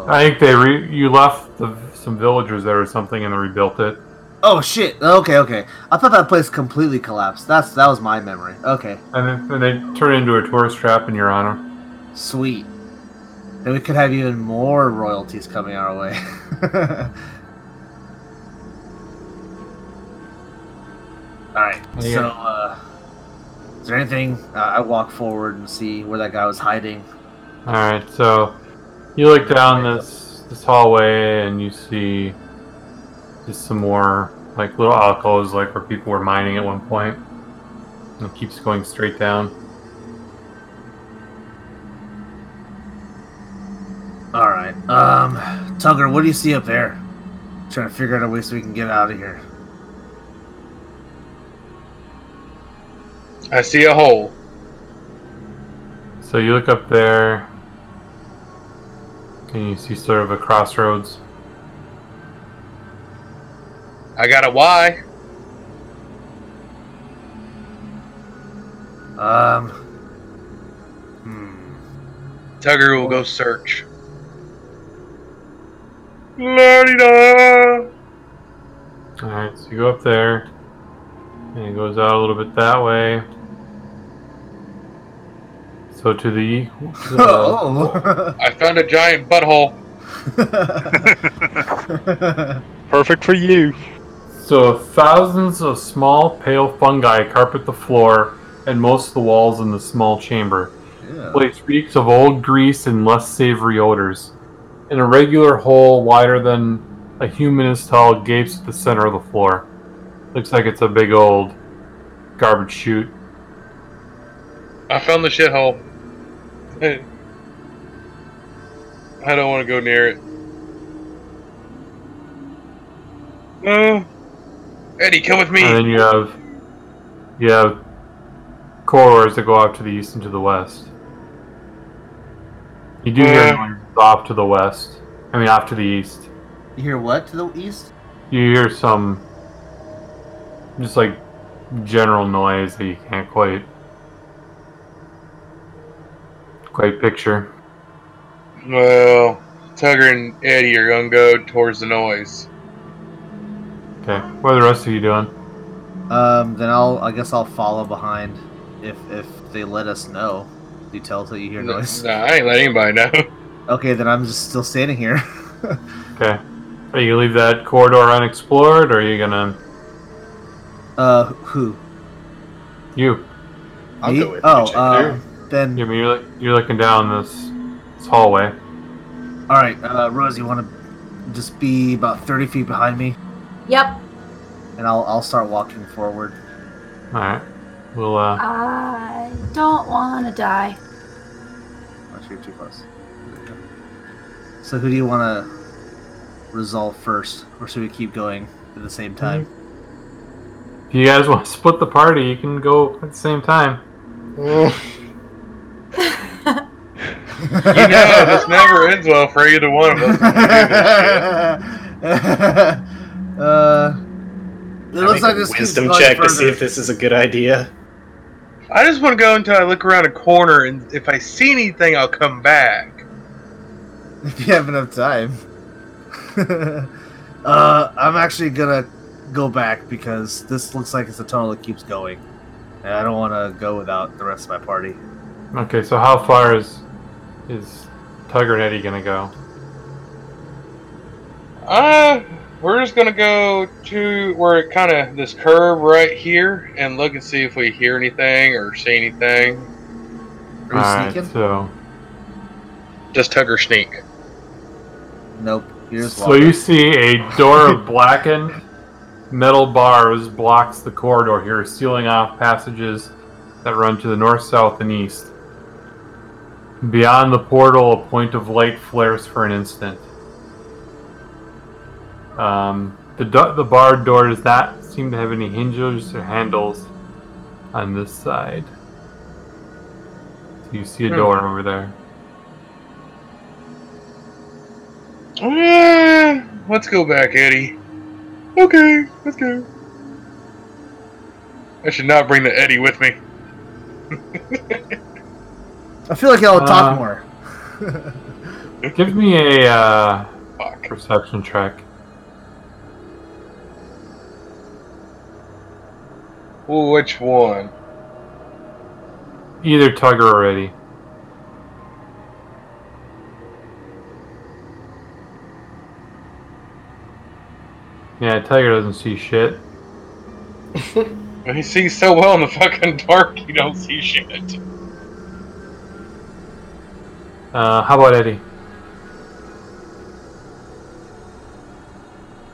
G: Oh.
E: I think they re- you left the, some villagers there or something and they rebuilt it.
G: Oh shit! Okay, okay. I thought that place completely collapsed. That's that was my memory. Okay,
E: And then and they turned it into a tourist trap in your honor.
G: sweet. Then we could have even more royalties coming our way. All right.
E: Yeah.
G: So, uh, is there anything? Uh, I walk forward and see where that guy was hiding.
E: All right, so you look down this this hallway and you see just some more like little alcoves, like where people were mining at one point. And it keeps going straight down.
G: All right. Um, Tugger, what do you see up there? trying to figure out a way so we can get out of here.
F: I see a hole.
E: So you look up there and you see sort of a crossroads.
F: I got a Y.
G: Um. Hmm.
F: Tugger will go search.
E: All right, so you go up there, and it goes out a little bit that way. So to the uh,
G: Oh.
F: I found a giant butthole.
L: Perfect for you.
E: so thousands of small pale fungi carpet the floor and most of the walls in the small chamber.
G: Yeah.
E: place reeks of old grease and less savory odors. An irregular hole wider than a human is tall gapes at the center of the floor. Looks like it's a big old garbage chute.
F: I found the shithole. I don't want to go near it.
M: Uh,
F: No. Eddie, come with
E: And
F: me.
E: then you have you have corridors that go out to the east and to the west. You do hear
F: Yeah.
E: noises off to the west. I mean, off to the east.
G: You hear what to the east?
E: You hear some just like general noise that you can't quite quite picture.
F: Well, Tugger and Eddie are gonna go towards the noise.
E: Okay, what are the rest of you doing?
G: Um, then I'll I guess I'll follow behind if if they let us know. You tell till you hear
F: No,
G: noise.
F: I ain't letting anybody know.
G: Okay, then I'm just still standing here.
E: Okay, are you gonna leave that corridor unexplored, or are you gonna
G: Uh, who?
E: you?
J: I'll
G: Me?
J: go with you,
G: oh,
J: check it
G: uh,
J: out.
G: then
E: I mean, you're look- you're looking down this this hallway.
G: all right. Uh, Rose, you want to just be about thirty feet behind me,
C: Yep.
G: and I'll I'll start walking forward.
E: All right, we'll uh.
C: I don't want to die.
G: Actually, you're too close. So who do you want to? resolve first, or should we keep going at the same time?
E: If you guys want to split the party, you can go at the same time.
M: You know, this never ends well for either one of us.
G: uh, it looks like this keeps
J: wisdom
G: going
J: check to
G: further.
J: see if this is a good idea.
M: I just want to go until I look around a corner, and if I see anything, I'll come back.
G: if you have enough time. uh, I'm actually gonna go back because this looks like it's a tunnel that keeps going, and I don't want to go without the rest of my party.
E: Okay, so how far is is Tugger and Eddie gonna go?
M: Uh, we're just gonna go to where it kind of this curve right here, and look and see if we hear anything or see anything.
G: Are you
E: Alright,
G: sneaking?
E: so
M: Does Tugger sneak?
G: Nope. Here's
E: so you see a door of blackened metal bars blocks the corridor here, sealing off passages that run to the north, south, and east. Beyond the portal, a point of light flares for an instant. Um, the do- the barred door does not seem to have any hinges or handles on this side. You see a
M: Hmm.
E: door over there.
M: Uh, let's go back, Eddie. Okay, let's go. I should not bring the Eddie with me.
G: I feel like y'all talk
E: Uh,
G: more.
E: Give me a uh, perception check.
M: Which one?
E: Either Tugger or Eddie. Yeah, Tiger doesn't see shit.
M: He sees so well in the fucking dark, you don't see shit.
E: Uh, how about Eddie?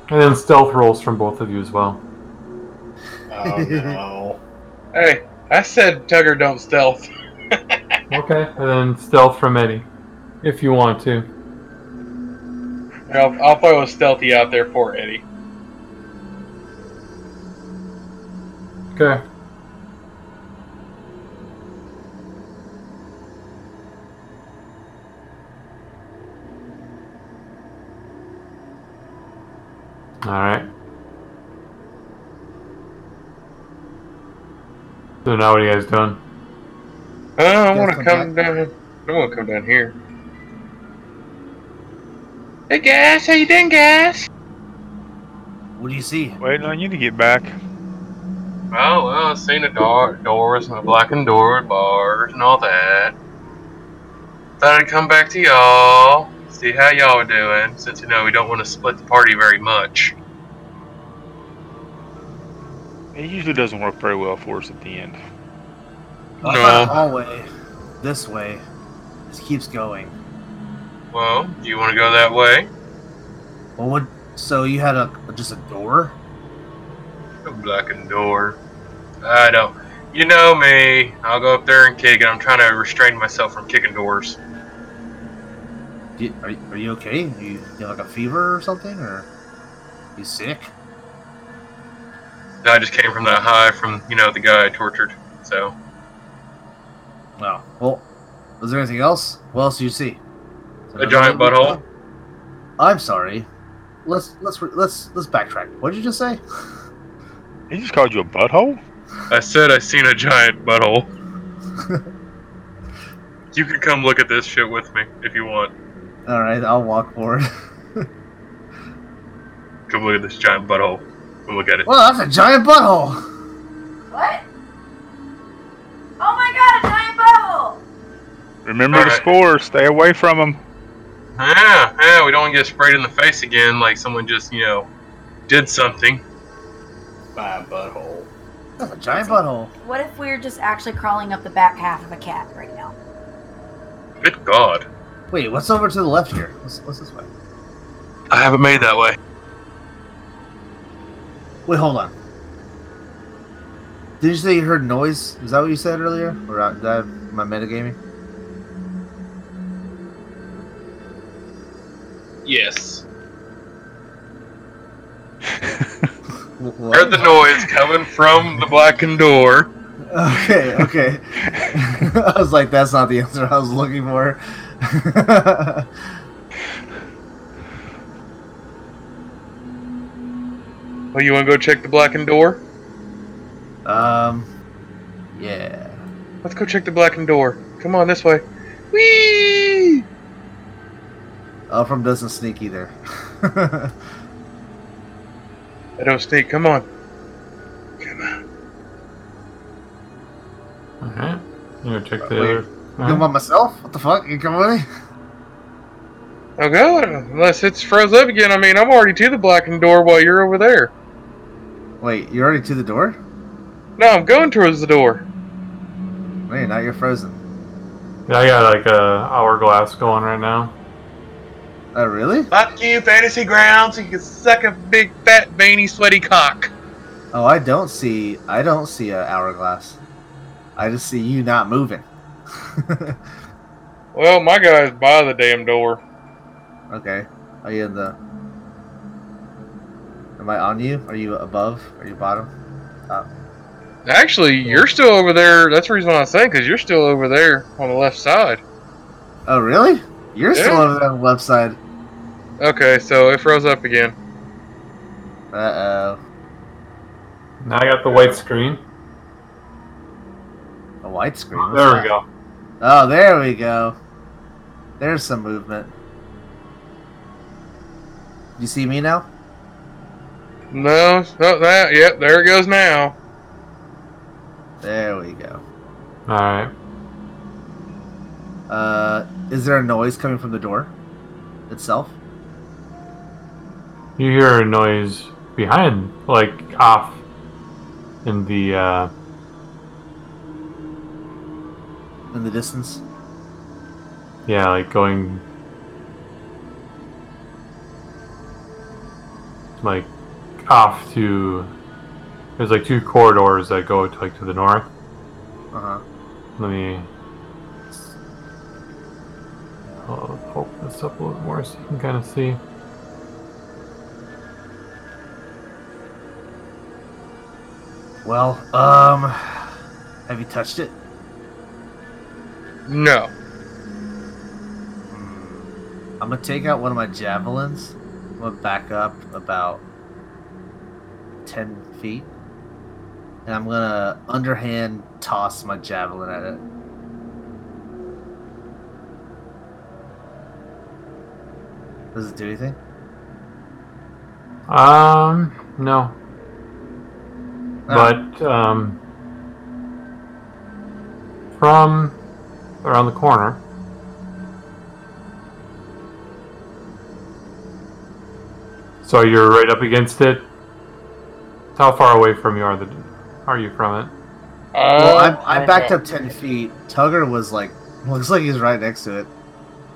E: And then stealth rolls from both of you as well.
J: Oh no.
M: Hey, I said Tugger don't stealth.
E: Okay. And then stealth from Eddie, if you want to.
M: I'll, I'll throw a stealthy out there for Eddie.
E: Okay. All right. So now what are you guys doing?
M: Uh, I want to
G: come
M: come down. I want to come down here. Hey guys, how you doing, guys?
G: What do you see?
F: Waiting on you to get back.
M: Oh well, I've seen the door, doors and the blackened door and bars and all that. Thought I'd come back to y'all, see how y'all are doing, since you know we don't want to split the party very much.
F: It usually doesn't work very well for us at the end.
G: Up
M: No.
G: that hallway, this way. This keeps going.
M: Well, do you want to go that way?
G: Well, what? So you had a just a door?
M: The blackened door. I don't. You know me. I'll go up there and kick it. I'm trying to restrain myself from kicking doors.
G: Do you- are, are you okay? Are you, you have like a fever or something, or you sick?
M: I just came from that high from you know the guy I tortured. So
G: No. Well, is there anything else? What else do you see? Is there
M: a giant
G: another one?
M: butthole.
G: I'm sorry. Let's let's re- let's let's backtrack. What did you just say?
F: He just called you a butthole?
M: I said I seen a giant butthole. you can come look at this shit with me if you want.
G: All right, I'll walk forward.
M: Come look at this giant butthole. Come look at it.
G: well, that's a giant butthole.
C: What? Oh my god, a giant bubble!
F: Remember the
M: Alright.
F: spores. Stay away from them.
M: Yeah, yeah. Ah, We don't want to get sprayed in the face again like someone just you know did something.
J: My butthole.
G: That's a giant butthole.
C: What if we're just actually crawling up the back half of a cat right now?
M: Good God.
G: Wait, what's over to the left here? What's, what's this way?
M: I haven't made that way.
G: Wait, hold on. Did you say you heard noise? Is that what you said earlier? Or uh, did I have my metagaming?
M: Yes.
E: Heard the noise coming from the blackened door.
G: Okay, okay. I was like, that's not the answer I was looking for.
M: Oh,
E: Well, you want to go check the blackened door?
G: Um, yeah.
E: Let's go check the blackened door. Come on, this way. Whee!
G: Elfram doesn't sneak either.
E: I don't sneak. Come on. Come on.
H: Alright. You gonna check the
G: Wait.
H: other.
G: You want myself? What the fuck? You come with me?
E: I'll go Oh, unless it's froze up again. I mean, I'm already to the blackened door while you're over there.
G: Wait, you're already to the door?
E: No, I'm going towards the door.
G: Wait, now you're frozen.
H: Yeah, I got like a hourglass going right now.
G: Oh, really?
E: Fuck you, fantasy grounds. You can suck a big, fat, veiny, sweaty cock.
G: Oh, I don't see. I don't see an hourglass. I just see you not moving.
E: Well, my guy's by the damn door.
G: Okay. Are you in the? Am I on you? Are you above? Are you bottom?
E: Actually, you're still over there. That's the reason why I'm saying, because you're still over there on the left side.
G: Oh, really? You're still
E: Yeah.
G: over there on the left side.
E: Okay, so it froze up again.
G: Uh oh.
H: Now I got the white screen.
G: A white screen. what's
H: There we
G: that?
H: go.
G: Oh, there we go. There's some movement. You see me now?
E: No, not that. Yep, there it goes now.
G: There we go.
H: Alright.
G: Uh, is there a noise coming from the door itself?
H: You hear a noise behind, like off in the uh
G: In the distance?
H: yeah, like going like off to there's like two corridors that go to like to the north.
G: Uh huh.
H: Let me I'll open uh, this up a little more so you can kind of see.
G: Well, um, have you touched it?
E: No.
G: I'm gonna take out one of my javelins. I'm gonna back up about 10 feet. And I'm gonna underhand toss my javelin at it. Does it do anything?
H: Um, no.
G: Ah.
H: But um, from around the corner, so you're right up against it. How far away from you are the are you from it?
G: well,
E: Uh,
G: I, I backed up 10 feet. Tugger was like, looks like he's right next to it.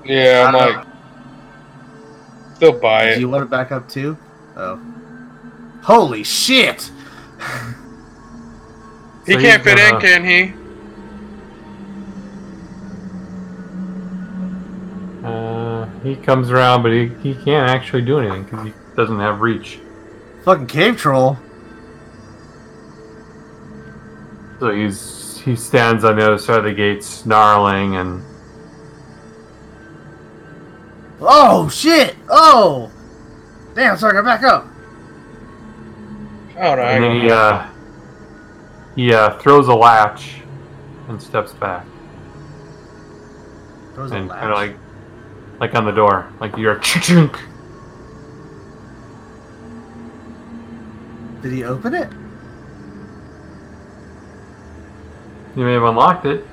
E: Yeah, I'm
G: I don't
E: like still buy
G: Do
E: it.
G: you want to back up too? Oh. Holy shit!
E: He
G: So
E: can't
G: he's
E: fit in,
G: gonna-
E: can he?
H: Uh, he comes around, but he, he can't actually do anything because he doesn't have reach.
G: Fucking cave troll.
H: So he's he stands on the other side of the gate, snarling and
G: Oh shit! Oh! Damn, Tugger, back up!
E: Oh no.
H: And then he, uh, he uh, throws a latch and steps back.
G: Throws a
H: and
G: latch.
H: kind of like, like on the door, like you're chunk.
G: Did he open it?
H: You may have unlocked it.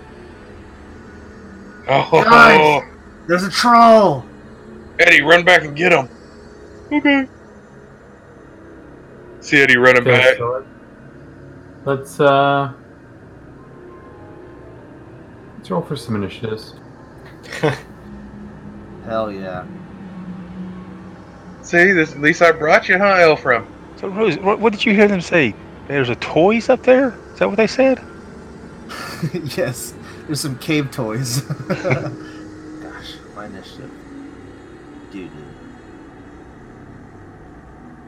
E: Oh,
G: Guys! There's a troll!
E: Eddie, run back and get him. Okay. See Eddie running
H: Okay,
E: back.
H: so let's uh, let's roll for some initiatives.
G: Hell yeah.
E: See, this, at least I brought you, huh, Elfram?
F: So Rose, what, what did you hear them say? There's a toys up there. Is that what they said?
G: yes, there's some cave toys. Gosh, my initiative. Dude.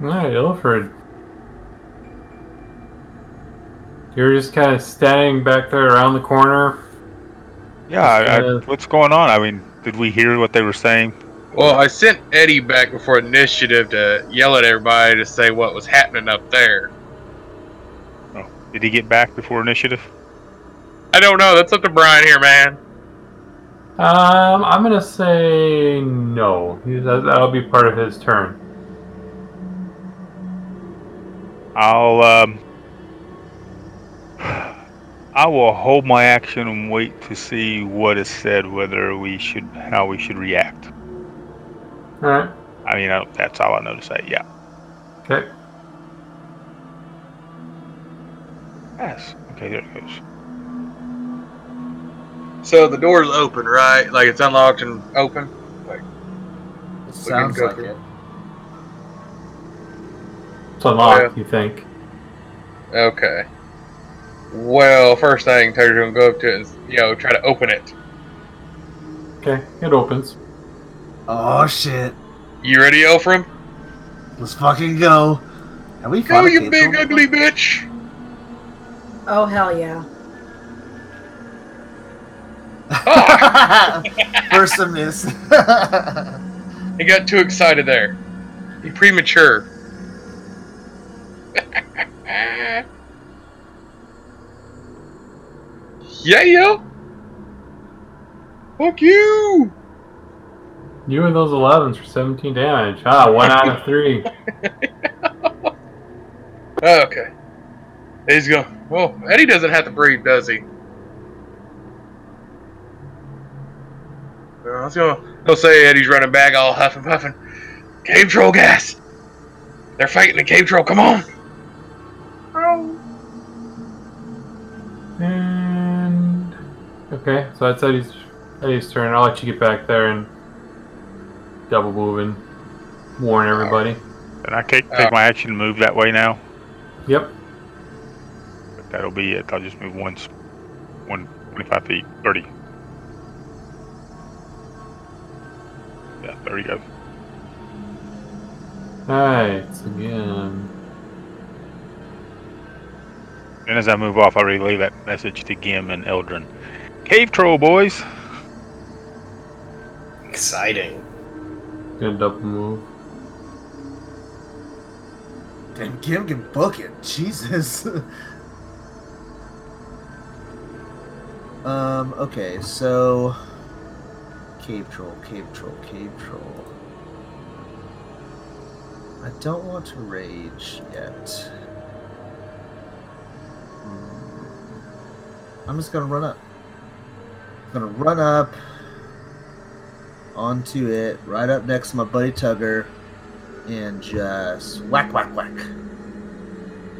H: All right, Ilford, You're just kind of standing back there around the corner.
F: Yeah, I, I, what's going on? I mean, did we hear what they were saying?
E: Well, I sent Eddie back before initiative to yell at everybody to say what was happening up there.
F: Oh, did he get back before initiative?
E: I don't know. That's up to Brian here, man.
H: Um, I'm gonna say no. He- that- That'll be part of his turn.
F: I'll um, I will hold my action and wait to see what is said, whether we should, how we should react.
H: All right.
F: I mean, I, that's all I know to say. Yeah.
H: Okay.
F: Yes. Okay, there it goes.
E: So the door's open, right? Like it's unlocked and open. Like
G: It sounds like it.
H: It's unlocked, you think?
E: Okay. Well, first thing, Taylor's gonna go up to it and you know try to open it.
H: Okay, it opens.
G: Oh shit!
E: You ready, Elfram?
G: Let's fucking go. Have we
E: Go,
G: fought a
E: Oh, you
G: cape
E: big
G: before?
E: ugly bitch!
C: Oh hell yeah.
G: First a miss.
E: He got too excited there. He premature. yeah, yeah. Fuck you!
H: You and those 11s for 17 damage. Ah, one out of three.
E: Oh, okay. He's going. Well, Eddie doesn't have to breathe, does he? Well, I was gonna- He'll say Eddie's running back, all huffing puffing. Cave troll gas. They're fighting the cave troll. Come on.
H: And okay, so that's Eddie's Eddie's turn. I'll let you get back there and double move and warn everybody.
F: And I take take my action and move that way now.
H: Yep.
F: But that'll be it. I'll just move once, one twenty-five feet, thirty. Yeah, there you go.
H: Alright, so again.
F: And as I move off, I relay that message to Gim and Eldrin. Cave troll boys.
J: Exciting.
H: Gonna double move.
G: Damn, Kim can book it. Jesus. um. Okay. So. Cave troll. Cave troll. Cave troll. I don't want to rage yet. Hmm. I'm just gonna run up. I'm gonna run up onto it, right up next to my buddy Tugger, and just whack, whack, whack.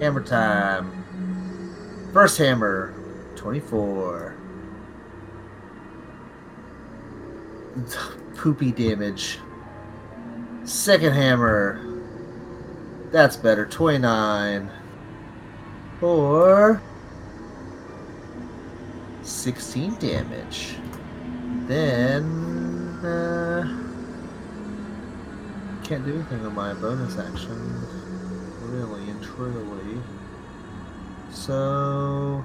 G: Hammer time. First hammer, 24. Poopy damage. Second hammer. That's better, 29. Or 16 damage. Then. Uh, can't do anything on my bonus action, really and truly. So.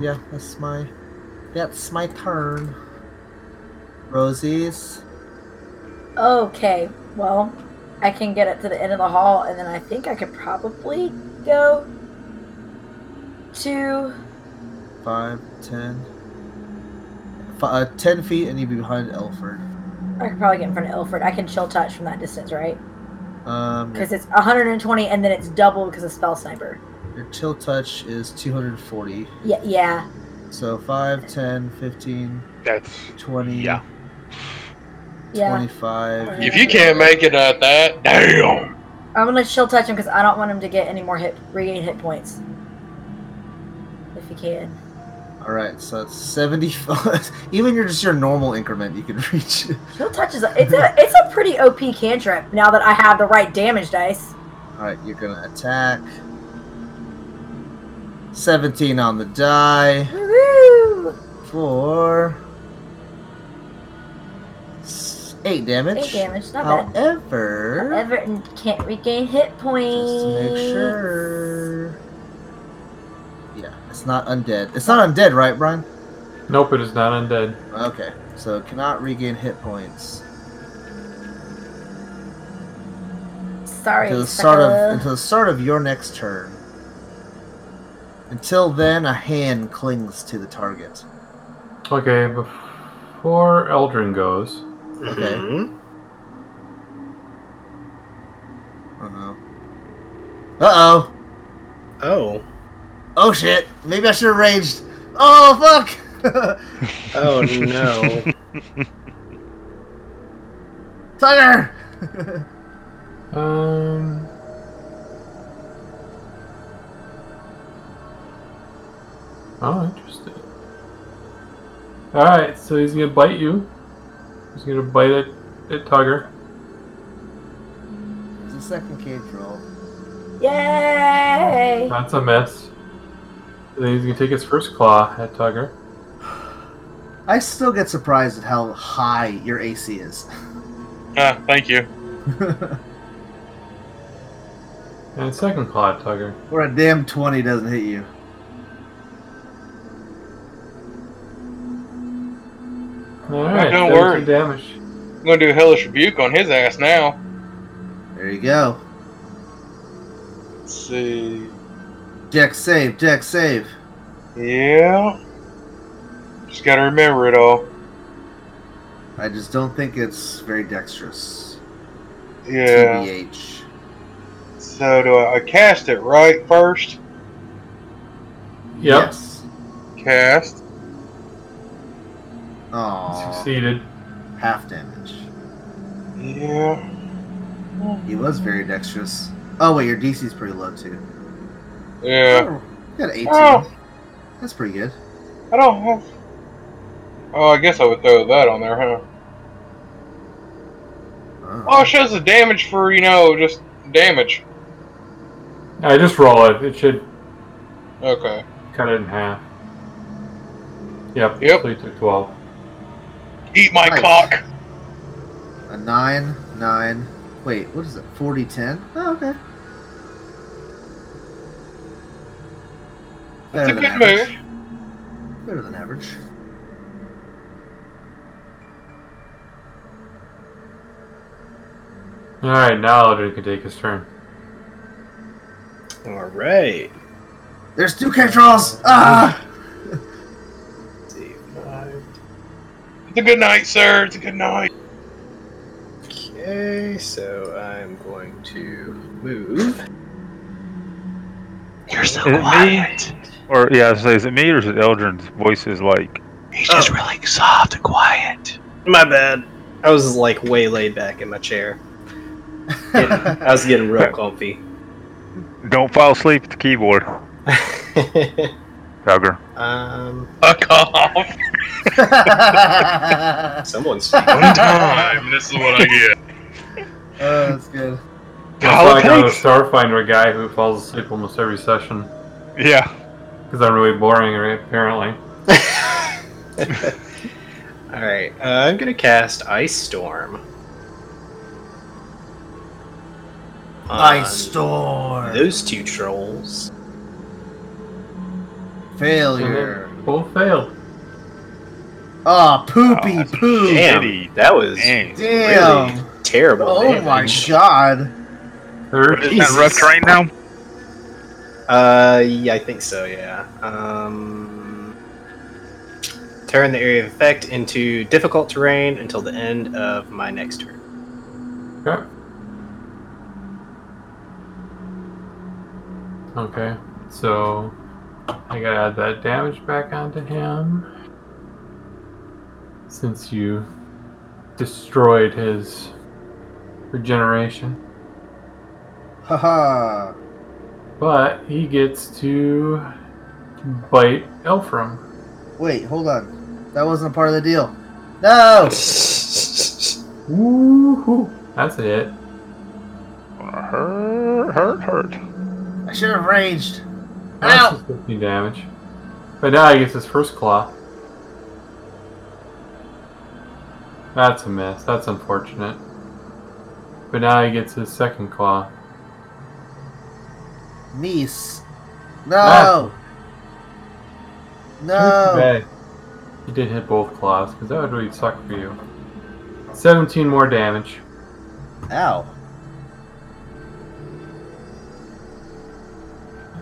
G: Yeah, that's my. That's my turn. Rosie's.
C: Okay, well, I can get it to the end of the hall, and then I think I could probably go to
G: 5, 10. Fi- uh, 10 feet, and you'd be behind Elford.
C: I could probably get in front of Ilford. I can chill touch from that distance, right?
G: Um,
C: Because it's 120 and then it's double because of spell sniper.
G: your chill touch is 240.
C: Yeah, yeah.
G: So 5, 10, 15,
F: That's
G: 20,
F: yeah.
C: Yeah.
G: 25.
E: If you can't make it at that, damn.
C: I'm gonna chill touch him because I don't want him to get any more hit regain hit points. If he can.
G: Alright, so it's 75. Even your just your normal increment, you can reach.
C: Chill touch is a, it's a it's a pretty OP cantrip now that I have the right damage dice.
G: Alright, you're gonna attack. 17 on the die.
C: Woo!
G: For. 8 Eight damage.
C: Eight damage, not bad.
G: However,
C: Everton can't regain hit points.
G: Just to make
C: Uh,
G: sure. Yeah, it's not undead. It's not undead, right, Brian?
H: Nope, it is not undead.
G: Okay, so it cannot regain hit points
C: Sorry.
G: until the start of
C: fella.
G: until the start of your next turn. Until then, a hand clings to the target.
H: Okay, before Eldrin goes,
G: Okay.
J: Mm-hmm.
G: Uh oh. Uh oh.
J: Oh.
G: Oh shit. Maybe I should have raged. Oh fuck.
J: Oh no.
G: Tiger.
H: um, oh, interesting. All right, so he's gonna bite you. He's gonna bite at at Tugger.
G: it's a second cage roll.
C: Yay!
H: That's a miss. And then he's gonna take his first claw at Tugger.
G: I still get surprised at how high your AC is.
E: Ah, thank you.
H: And second claw at Tugger.
G: Where a damn 20 doesn't hit you.
H: All right,
E: don't
H: that was
E: worry.
H: your damage.
E: I'm gonna do a hellish rebuke on his ass now.
G: There you go.
E: Let's see.
G: Deck save, deck save.
E: Yeah. Just gotta remember it all.
G: I just don't think it's very dexterous.
E: Yeah.
G: TBH.
E: So do I, I cast it right first?
H: Yep,
G: Yes.
E: Cast.
G: Aww.
H: succeeded.
G: Half damage.
E: Yeah.
G: He was very dexterous. Oh, wait, your DC's pretty low, too.
E: Yeah.
G: Oh, you got 18.
E: Oh.
G: That's pretty good.
E: I don't have. Oh, I guess I would throw that on there, huh? Oh, it shows the damage for, you know, just damage.
H: I just roll it. It should
E: Okay.
H: cut it in half. Yep.
E: Yep.
H: So he took twelve.
E: Eat my
G: Nice.
E: cock!
G: A 9, 9. Wait, what is it? 40, 10? Oh, okay.
E: That's
G: Better than
E: a good
G: average.
E: move.
G: Better than average.
H: All right, now Eldrin can take his turn.
J: All right.
G: There's two controls! Ah!
J: See, five.
E: It's a good night, sir. It's a good night.
J: Okay, so I'm going to move. You're so
F: Is it me? Or yeah, I was gonna say, is it me or is it Eldrin's voice is like
J: He's just really soft and quiet. My bad. I was like way laid back in my chair. Getting- I was getting real comfy.
F: don't fall asleep at the keyboard, Tugger.
J: um,
E: Fuck off!
J: someone's
E: One time, this is what I get.
G: Oh, that's good.
H: I'm like a Starfinder guy who falls asleep almost every session
F: Yeah.
H: because I'm really boring, right? Apparently.
J: All right, uh, I'm gonna cast Ice Storm.
G: Ice
J: on
G: Storm!
J: Uh, Those two trolls.
G: Failure.
H: Both failed.
G: Ah,
J: Uh,
G: poopy poo.
J: Damn, that was
F: Dang.
G: Damn.
J: really terrible.
G: Oh my
J: damage.
G: god.
H: Third.
F: Isn't that rough
J: Jesus.
F: terrain now?
J: Uh, yeah, I think so. Yeah. Um, turn the area of effect into difficult terrain until the end of my next turn.
H: Okay. Okay. So I gotta add that damage back onto him since you destroyed his regeneration.
G: Haha.
H: But he gets to bite Elfram.
G: Wait, hold on. That wasn't a part of the deal. No!
H: Woohoo! That's a hit.
F: Hurt, hurt, hurt.
G: I should have raged.
H: That's
G: Ow!
H: just 15 damage. But now he gets his first claw. That's a miss. That's unfortunate. But now he gets his second claw.
G: Niece. No!
J: Ah.
G: No!
H: Too bad. He did hit both claws, because that would really suck for you. 17 more damage.
G: Ow.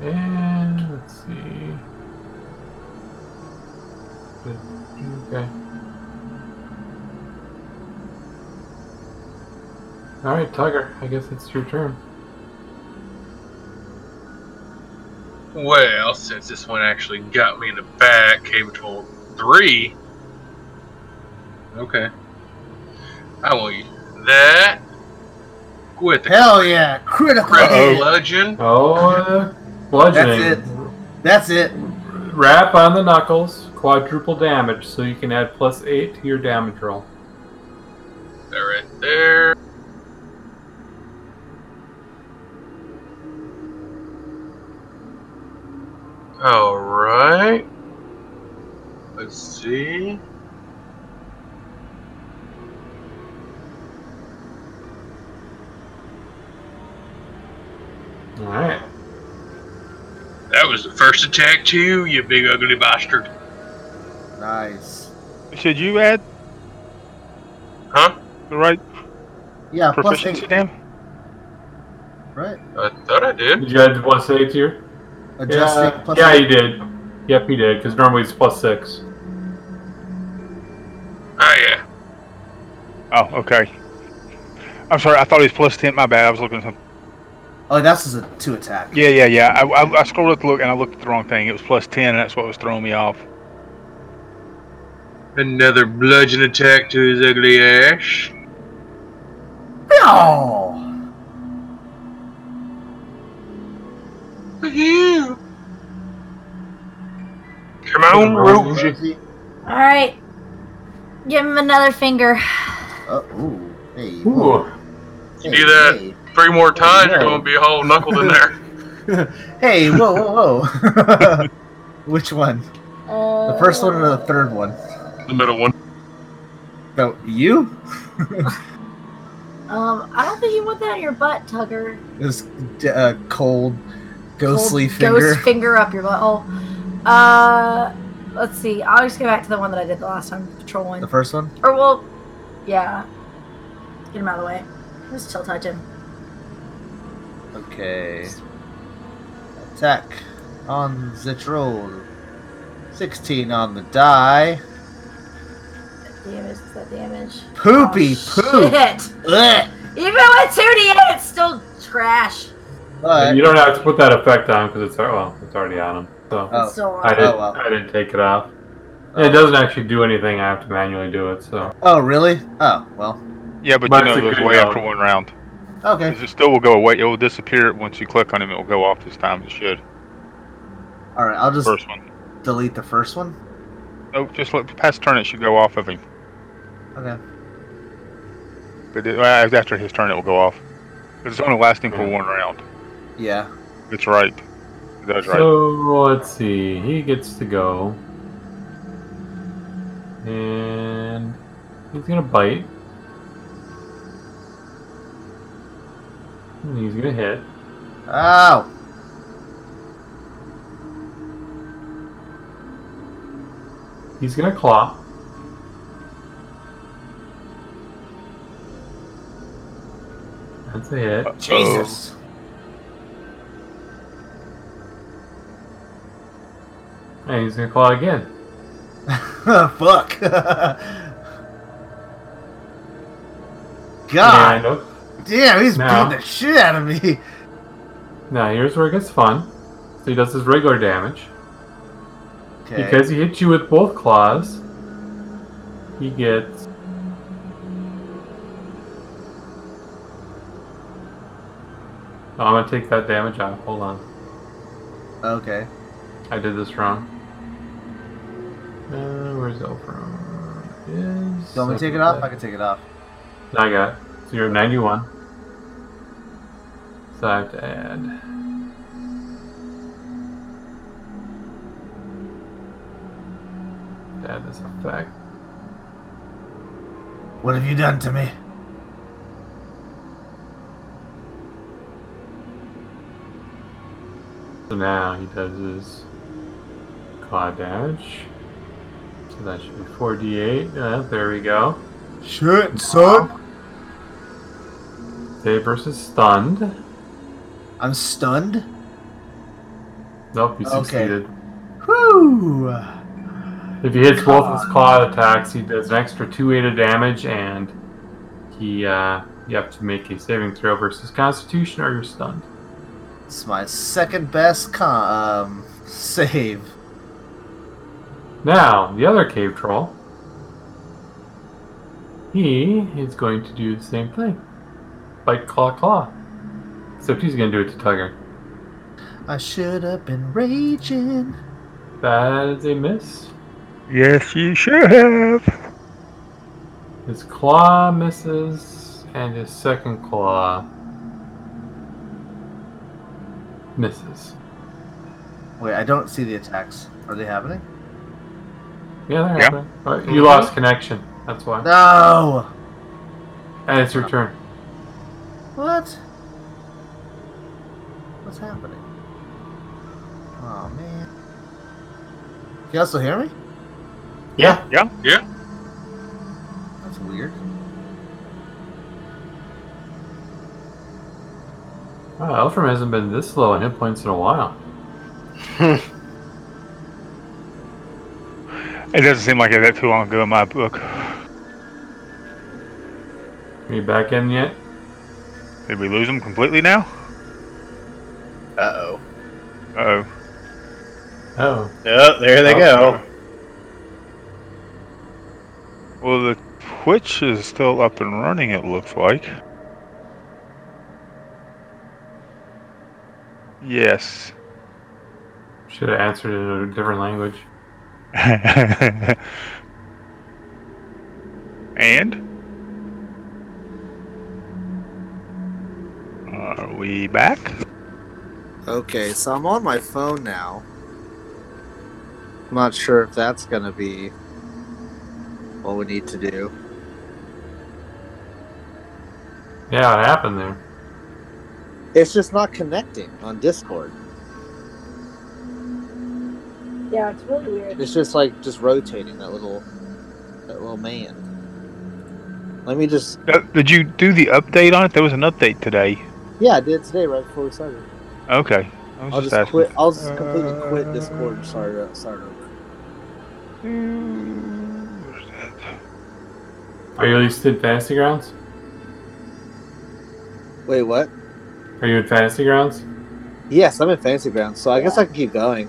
H: And let's see. Okay. Alright, Tugger, I guess it's your turn.
E: Well, since this one actually got me in the back, came to three. Okay. I will use that. With the
G: Hell yeah! Critical hit!
E: bludgeon.
H: Oh, uh, bludgeoning.
G: That's it. That's it.
H: Wrap on the knuckles, quadruple damage, so you can add plus 8 to your damage roll.
E: That right there. Alright. Let's see.
H: Alright.
E: That was the first attack, too, you big ugly bastard.
G: Nice.
F: Should you add
E: Huh?
F: the right
G: Yeah, plus
F: proficiency
G: eight.
F: damage?
G: Right.
E: I thought I did.
H: Did you add plus 8 to your?
G: Adjusting
H: yeah,
G: plus
H: yeah
G: eight.
H: you did. Yep, he did, because normally it's plus 6.
E: Oh, yeah.
F: Oh, okay. I'm sorry. I thought he was plus ten. My bad. I was looking at something.
G: Oh, that's just a two attack.
F: Yeah, yeah, yeah. I, I, I scrolled up to look and I looked at the wrong thing. It was plus ten, and that's what was throwing me off.
E: Another bludgeon attack to his ugly ass.
G: No!
E: Come on, Rosie.
C: All right. Give him another finger.
G: Oh, ooh. Hey.
H: Ooh.
G: Hey,
E: Do that three more times, you're going to be a whole knuckled in there.
G: Hey, whoa, whoa, whoa. Which one?
C: Uh,
G: The first one or the third one?
E: The middle one.
G: No, you?
C: Um, I don't think you want that on your butt, Tugger.
G: This d- uh, cold, ghostly
C: Hold
G: finger.
C: Ghost finger up your butt. Oh, uh, let's see. I'll just go back to the one that I did the last time, patrol one.
G: The first one?
C: Or well, yeah. Get him out of the way. Just still touch him.
G: Okay. Attack on the roll. 16 on the die.
C: Damage. Is that damage? Oh,
G: Poopy poop!
C: Shit.
G: Ugh.
C: Even with two D eight, it's still trash.
G: But-
H: And you don't have to put that effect on, because it's, al- well, it's already on him. So
G: Oh.
C: It's still on.
H: I, did,
G: well.
H: I didn't take it off. And it doesn't actually do anything, I have to manually do it, so.
G: Oh, really? Oh, well.
F: Yeah, but
H: But
F: you
H: it's
F: know
H: a
F: it goes
H: good
F: away
H: round.
F: after one round.
G: Okay.
F: It still will go away. It will disappear once you click on him. It will go off this time. It should.
G: Alright, I'll just
F: First one.
G: delete the first one.
F: Nope. Just look past turn. It should go off of him.
G: Okay.
F: But it, well, after his turn, it will go off. 'Cause It's only lasting for one round.
G: Yeah.
F: That's right. That's right.
H: So let's see. He gets to go. And he's gonna bite. And he's gonna hit.
G: Ow!
H: He's gonna claw. That's a hit.
G: Jesus!
H: And he's gonna claw again.
G: Fuck! God
H: And,
G: damn, he's
H: Now-
G: beating the shit out of me!
H: now here's where it gets fun. So he does his regular damage.
G: Okay.
H: Because he hits you with both claws, he gets. Oh, I'm gonna take that damage out. Hold on.
G: okay.
H: I did this wrong. Uh, where's Elfram? Is.
G: Do you want me to take it off? I can take it off.
H: No, I got it. So you're at 91. So I have to add. Add this effect.
G: What have you done to me?
H: So now he does his claw dash. So that should be 4d8. Uh, there we go.
G: Shit, son.
H: Save versus stunned.
G: I'm stunned?
H: Nope, he
G: Okay.
H: succeeded.
G: Whew!
H: If he hits both his claw attacks, he does an extra 2 8 of damage, and he, uh, you have to make a saving throw versus Constitution or you're stunned.
G: It's my second best con- um, save.
H: Now, the other cave troll. He is going to do the same thing. Bite claw claw. Except he's gonna do it to Tugger.
G: I should have been raging.
H: That is a miss.
F: Yes, you sure have.
H: His claw misses, and his second claw misses.
G: Wait, I don't see the attacks. Are they happening?
H: Yeah, they're
G: Yeah.
H: happening. Alright, you lost connection. That's why.
G: No!
H: And it's your turn.
G: What? What's happening? Oh man. Can y'all still hear me?
J: Yeah.
F: Yeah. Yeah.
G: That's weird.
H: Wow, Elfram hasn't been this low in hit points in a while.
F: It doesn't seem like it that too long ago in my book.
H: Are you back in yet?
F: Did we lose him completely now?
J: Uh oh.
F: Oh.
H: Oh.
J: Oh, there they go.
F: Well, the Twitch is still up and running. It looks like. Yes.
H: Should have answered in a different language.
F: and are we back?
I: Okay, so I'm on my phone now. I'm not sure if that's gonna be what we need to do.
H: Yeah, it happened there.
I: It's just not connecting on Discord.
C: Yeah, it's really weird.
I: It's just like just rotating that little that little man. Let me just.
F: Uh, did you do the update on it? There was an update today.
I: Yeah, I did today right before we started.
F: Okay. I was
I: I'll just
F: asking.
I: quit. I'll just completely quit Discord and start o- start over.
H: Are you at least in Fantasy Grounds?
I: Wait, what?
H: Are you in Fantasy Grounds?
I: Yes, I'm in Fantasy Grounds, so I guess I can keep going.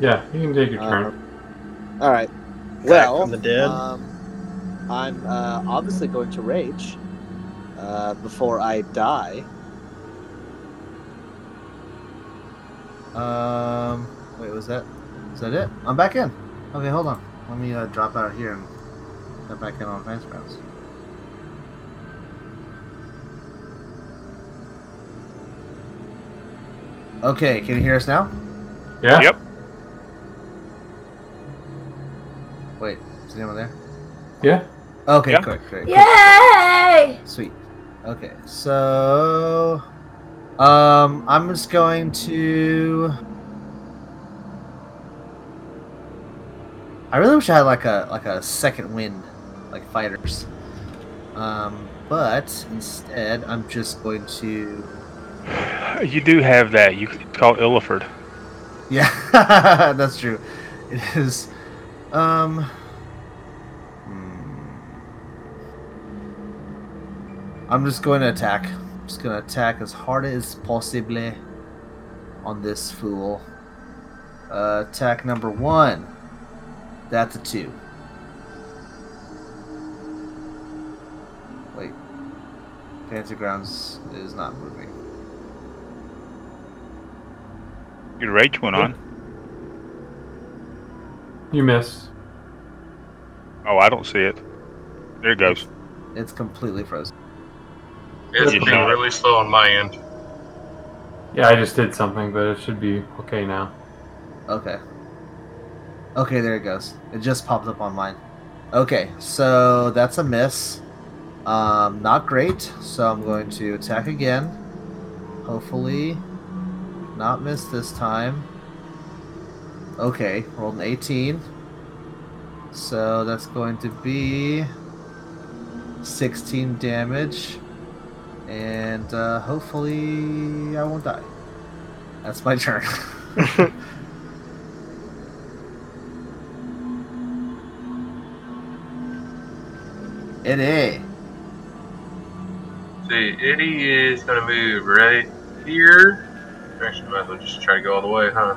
H: Yeah, you can take your
I: Uh,
H: turn.
I: All right. Well,
J: from the dead.
I: Um, I'm uh, obviously going to rage uh, before I die.
G: Um. Wait, was that? Is that it? I'm back in. Okay, hold on. Let me uh, drop out of here and get back in on fans grounds. Okay, can you hear us now?
H: Yeah?
F: Yep.
G: Wait, is anyone there?
H: Yeah?
G: Okay,
H: Yeah.
G: great, great, great.
C: Yay!
G: Sweet. Okay, so um, I'm just going to. I really wish I had like a like a second wind, like fighters. Um, but instead, I'm just going to.
F: Uh, You do have that. You could call Illiford.
G: Yeah, that's true. It is. Um. hmm. I'm just going to attack. just going to attack as hard as possible on this fool. Uh, attack number one. That's a two. Wait. Fancy Grounds is not moving.
F: Your rage went on.
H: You miss.
F: Oh, I don't see it. There it goes.
G: It's completely frozen.
E: It's
F: You
E: being
F: shot it.
E: really slow on my end.
H: Yeah, I just did something, but it should be okay now.
G: Okay. Okay, there it goes. It just popped up on mine. Okay, so that's a miss. Um, not great. So I'm going to attack again. Hopefully, not miss this time. Okay, rolled an 18. So that's going to be 16 damage. And uh, hopefully, I won't die. That's my turn. NA.
E: See, Eddie is going to move right here. Actually, might as well just try to go all the way, huh?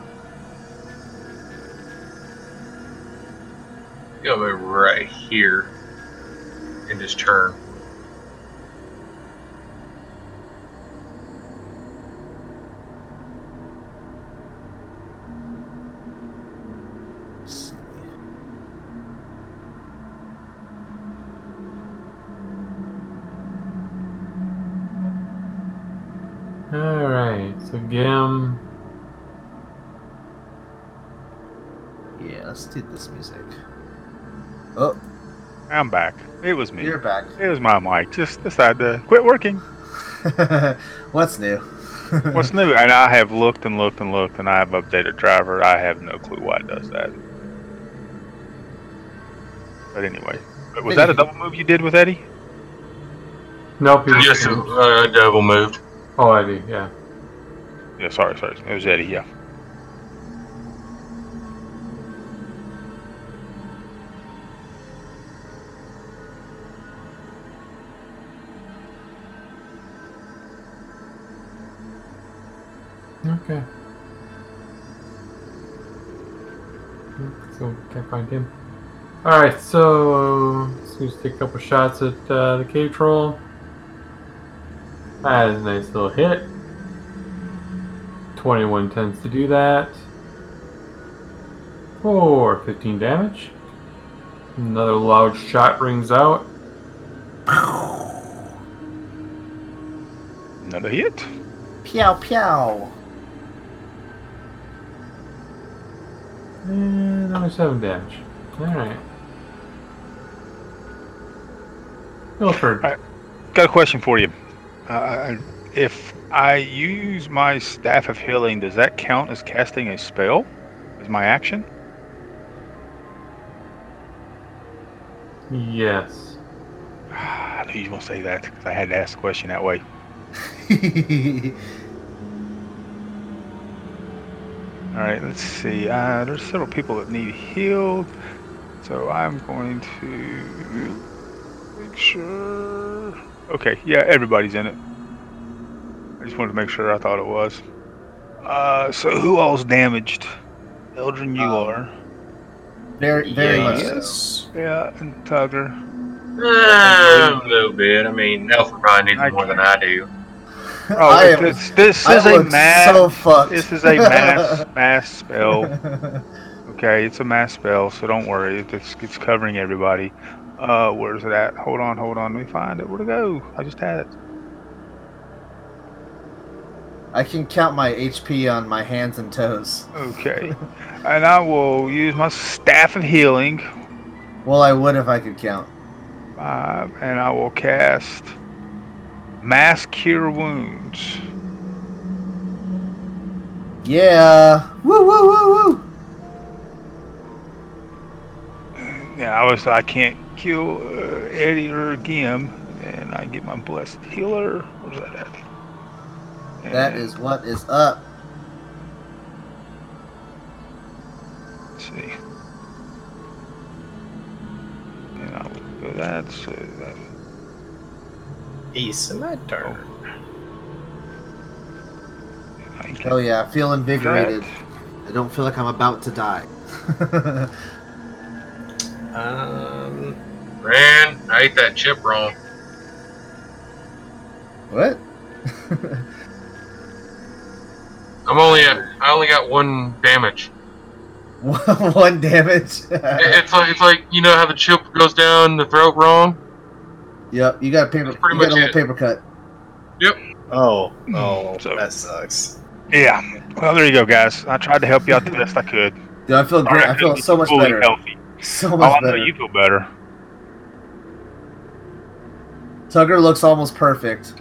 E: Go move right here and just turn.
H: Alright, so Gim.
G: Yeah, let's do this music. Oh.
F: I'm back. It was me.
G: You're back.
F: It was my mic. Just decided to quit working.
G: What's new?
F: What's new? And I have looked and looked and looked, and I have updated driver. I have no clue why it does that. But anyway, was that a double move you did with Eddie?
H: Nope. he-
E: Yes, uh, double moved.
H: Oh, Eddie, yeah.
F: Yeah, sorry, sorry. It was Eddie, yeah.
H: Okay. So can't find him. All right, so let's just take a couple shots at uh, the cave troll. That is a nice little hit. Twenty-one tends to do that. Four, 15 damage. Another loud shot rings out.
F: Another hit.
G: Pew pew.
H: And another seven damage. All right. Milford.
F: got a question for you. Uh, if I use my staff of healing, does that count as casting a spell? Is my action?
H: Yes.
F: I knew you were gonna say that 'cause I had to ask the question that way. All right, let's see. Uh, there's several people that need healed, so I'm going to make sure. Okay, yeah, everybody's in it. I just wanted to make sure. I thought it was. Uh, so who all's damaged? Eldrin, you
E: Uh,
F: are.
G: Very, very much so.
F: Yes. Yeah, and Tugger.
E: Um, a little bit. I mean, Alfred probably needs it more than I do.
F: Oh,
E: I am-
F: this, this
E: I
F: is a
E: look
F: mass.
E: so fucked.
F: This is a mass mass spell. Okay, it's a mass spell, so don't worry. It's it's covering everybody. Uh, where's it at? Hold on, hold on. Let me find it. Where'd it go? I just had it.
G: I can count my HP on my hands and toes.
F: Okay. and I will use my staff of healing.
G: Well, I would if I could count.
F: Five, and I will cast mass cure wounds.
G: Yeah. Woo woo woo woo.
F: Yeah, I was. I can't kill uh, Eddie or Gim, and I get my blessed healer. Where's that at?
G: That is what is up.
F: Let's see. And I'll go that, so that.
J: Ace and that turn.
G: Oh yeah, I feel invigorated. I don't feel like I'm about to die.
J: Um,
E: Man, I ate that chip wrong.
G: what?
E: I'm only at. I only got one damage.
G: One damage.
E: It- It's like it's like you know how the chip goes down the throat wrong.
G: yep, you got a paper. You got
E: pretty
G: a
E: much
G: little
E: it.
G: paper cut.
J: Oh, oh, that sucks.
F: Yeah. Well, there you go, guys. I tried to help you out the best I could.
G: Dude, I feel
F: Sorry,
G: great. I
F: couldn't
G: feel
F: get
G: so
F: you
G: much
F: fully
G: better.
F: Healthy.
G: So much
F: oh, I know
G: better.
F: you feel better.
G: Tugger looks almost perfect,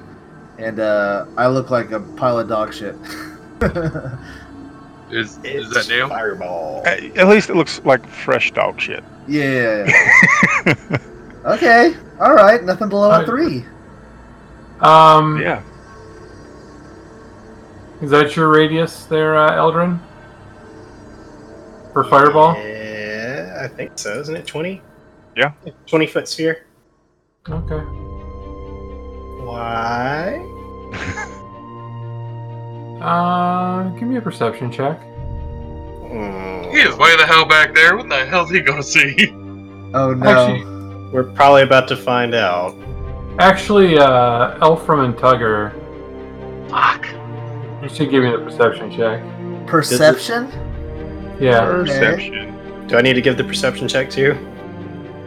G: and uh, I look like a pile of dog shit.
E: Is, is that new?
J: Fireball.
F: At, at least it looks like fresh dog shit.
G: yeah. okay. All right. Nothing below a three. Mm.
H: Um,
F: yeah.
H: Is that your radius there, uh, Eldrin? For fireball?
J: Yeah, I think so. Isn't it 20?
F: Yeah.
J: 20 foot sphere.
H: Okay.
J: Why?
H: Uh, give me a perception check.
E: He is way the hell back there. What the hell's he gonna see?
G: Oh
H: no. Actually-
J: We're probably about to find out.
H: Actually, uh, Elfram and Tugger,
E: Fuck.
H: you should give me the perception check.
G: Perception?
H: Yeah.
J: Perception. Do I need to give the perception check too?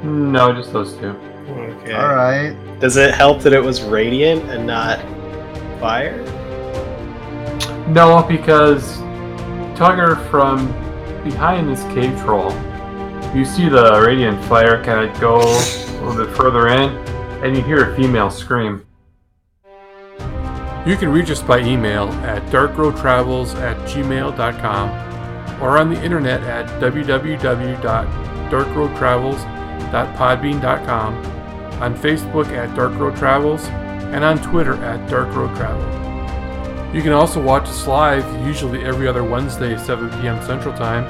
H: No, just those two.
J: Okay.
G: All right.
J: Does it help that it was radiant and not fire?
H: No, because Tugger from behind this cave troll, you see the radiant fire kind of go a little bit further in, and you hear a female scream. You can reach us by email at darkroadtravels at gmail.com or on the internet at www.darkroadtravels.podbean.com, on Facebook at Dark Road Travels, and on Twitter at Dark Road Travel. You can also watch us live, usually every other Wednesday, 7 p.m. Central Time,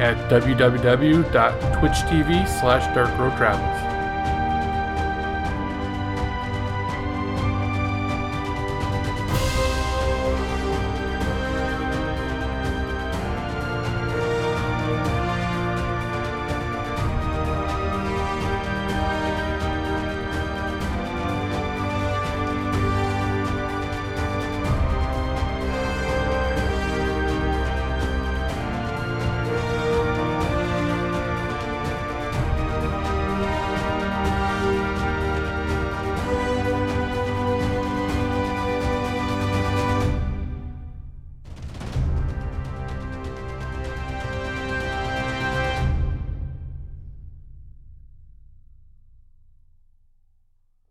H: at www.twitch.tv slash darkroadtravels.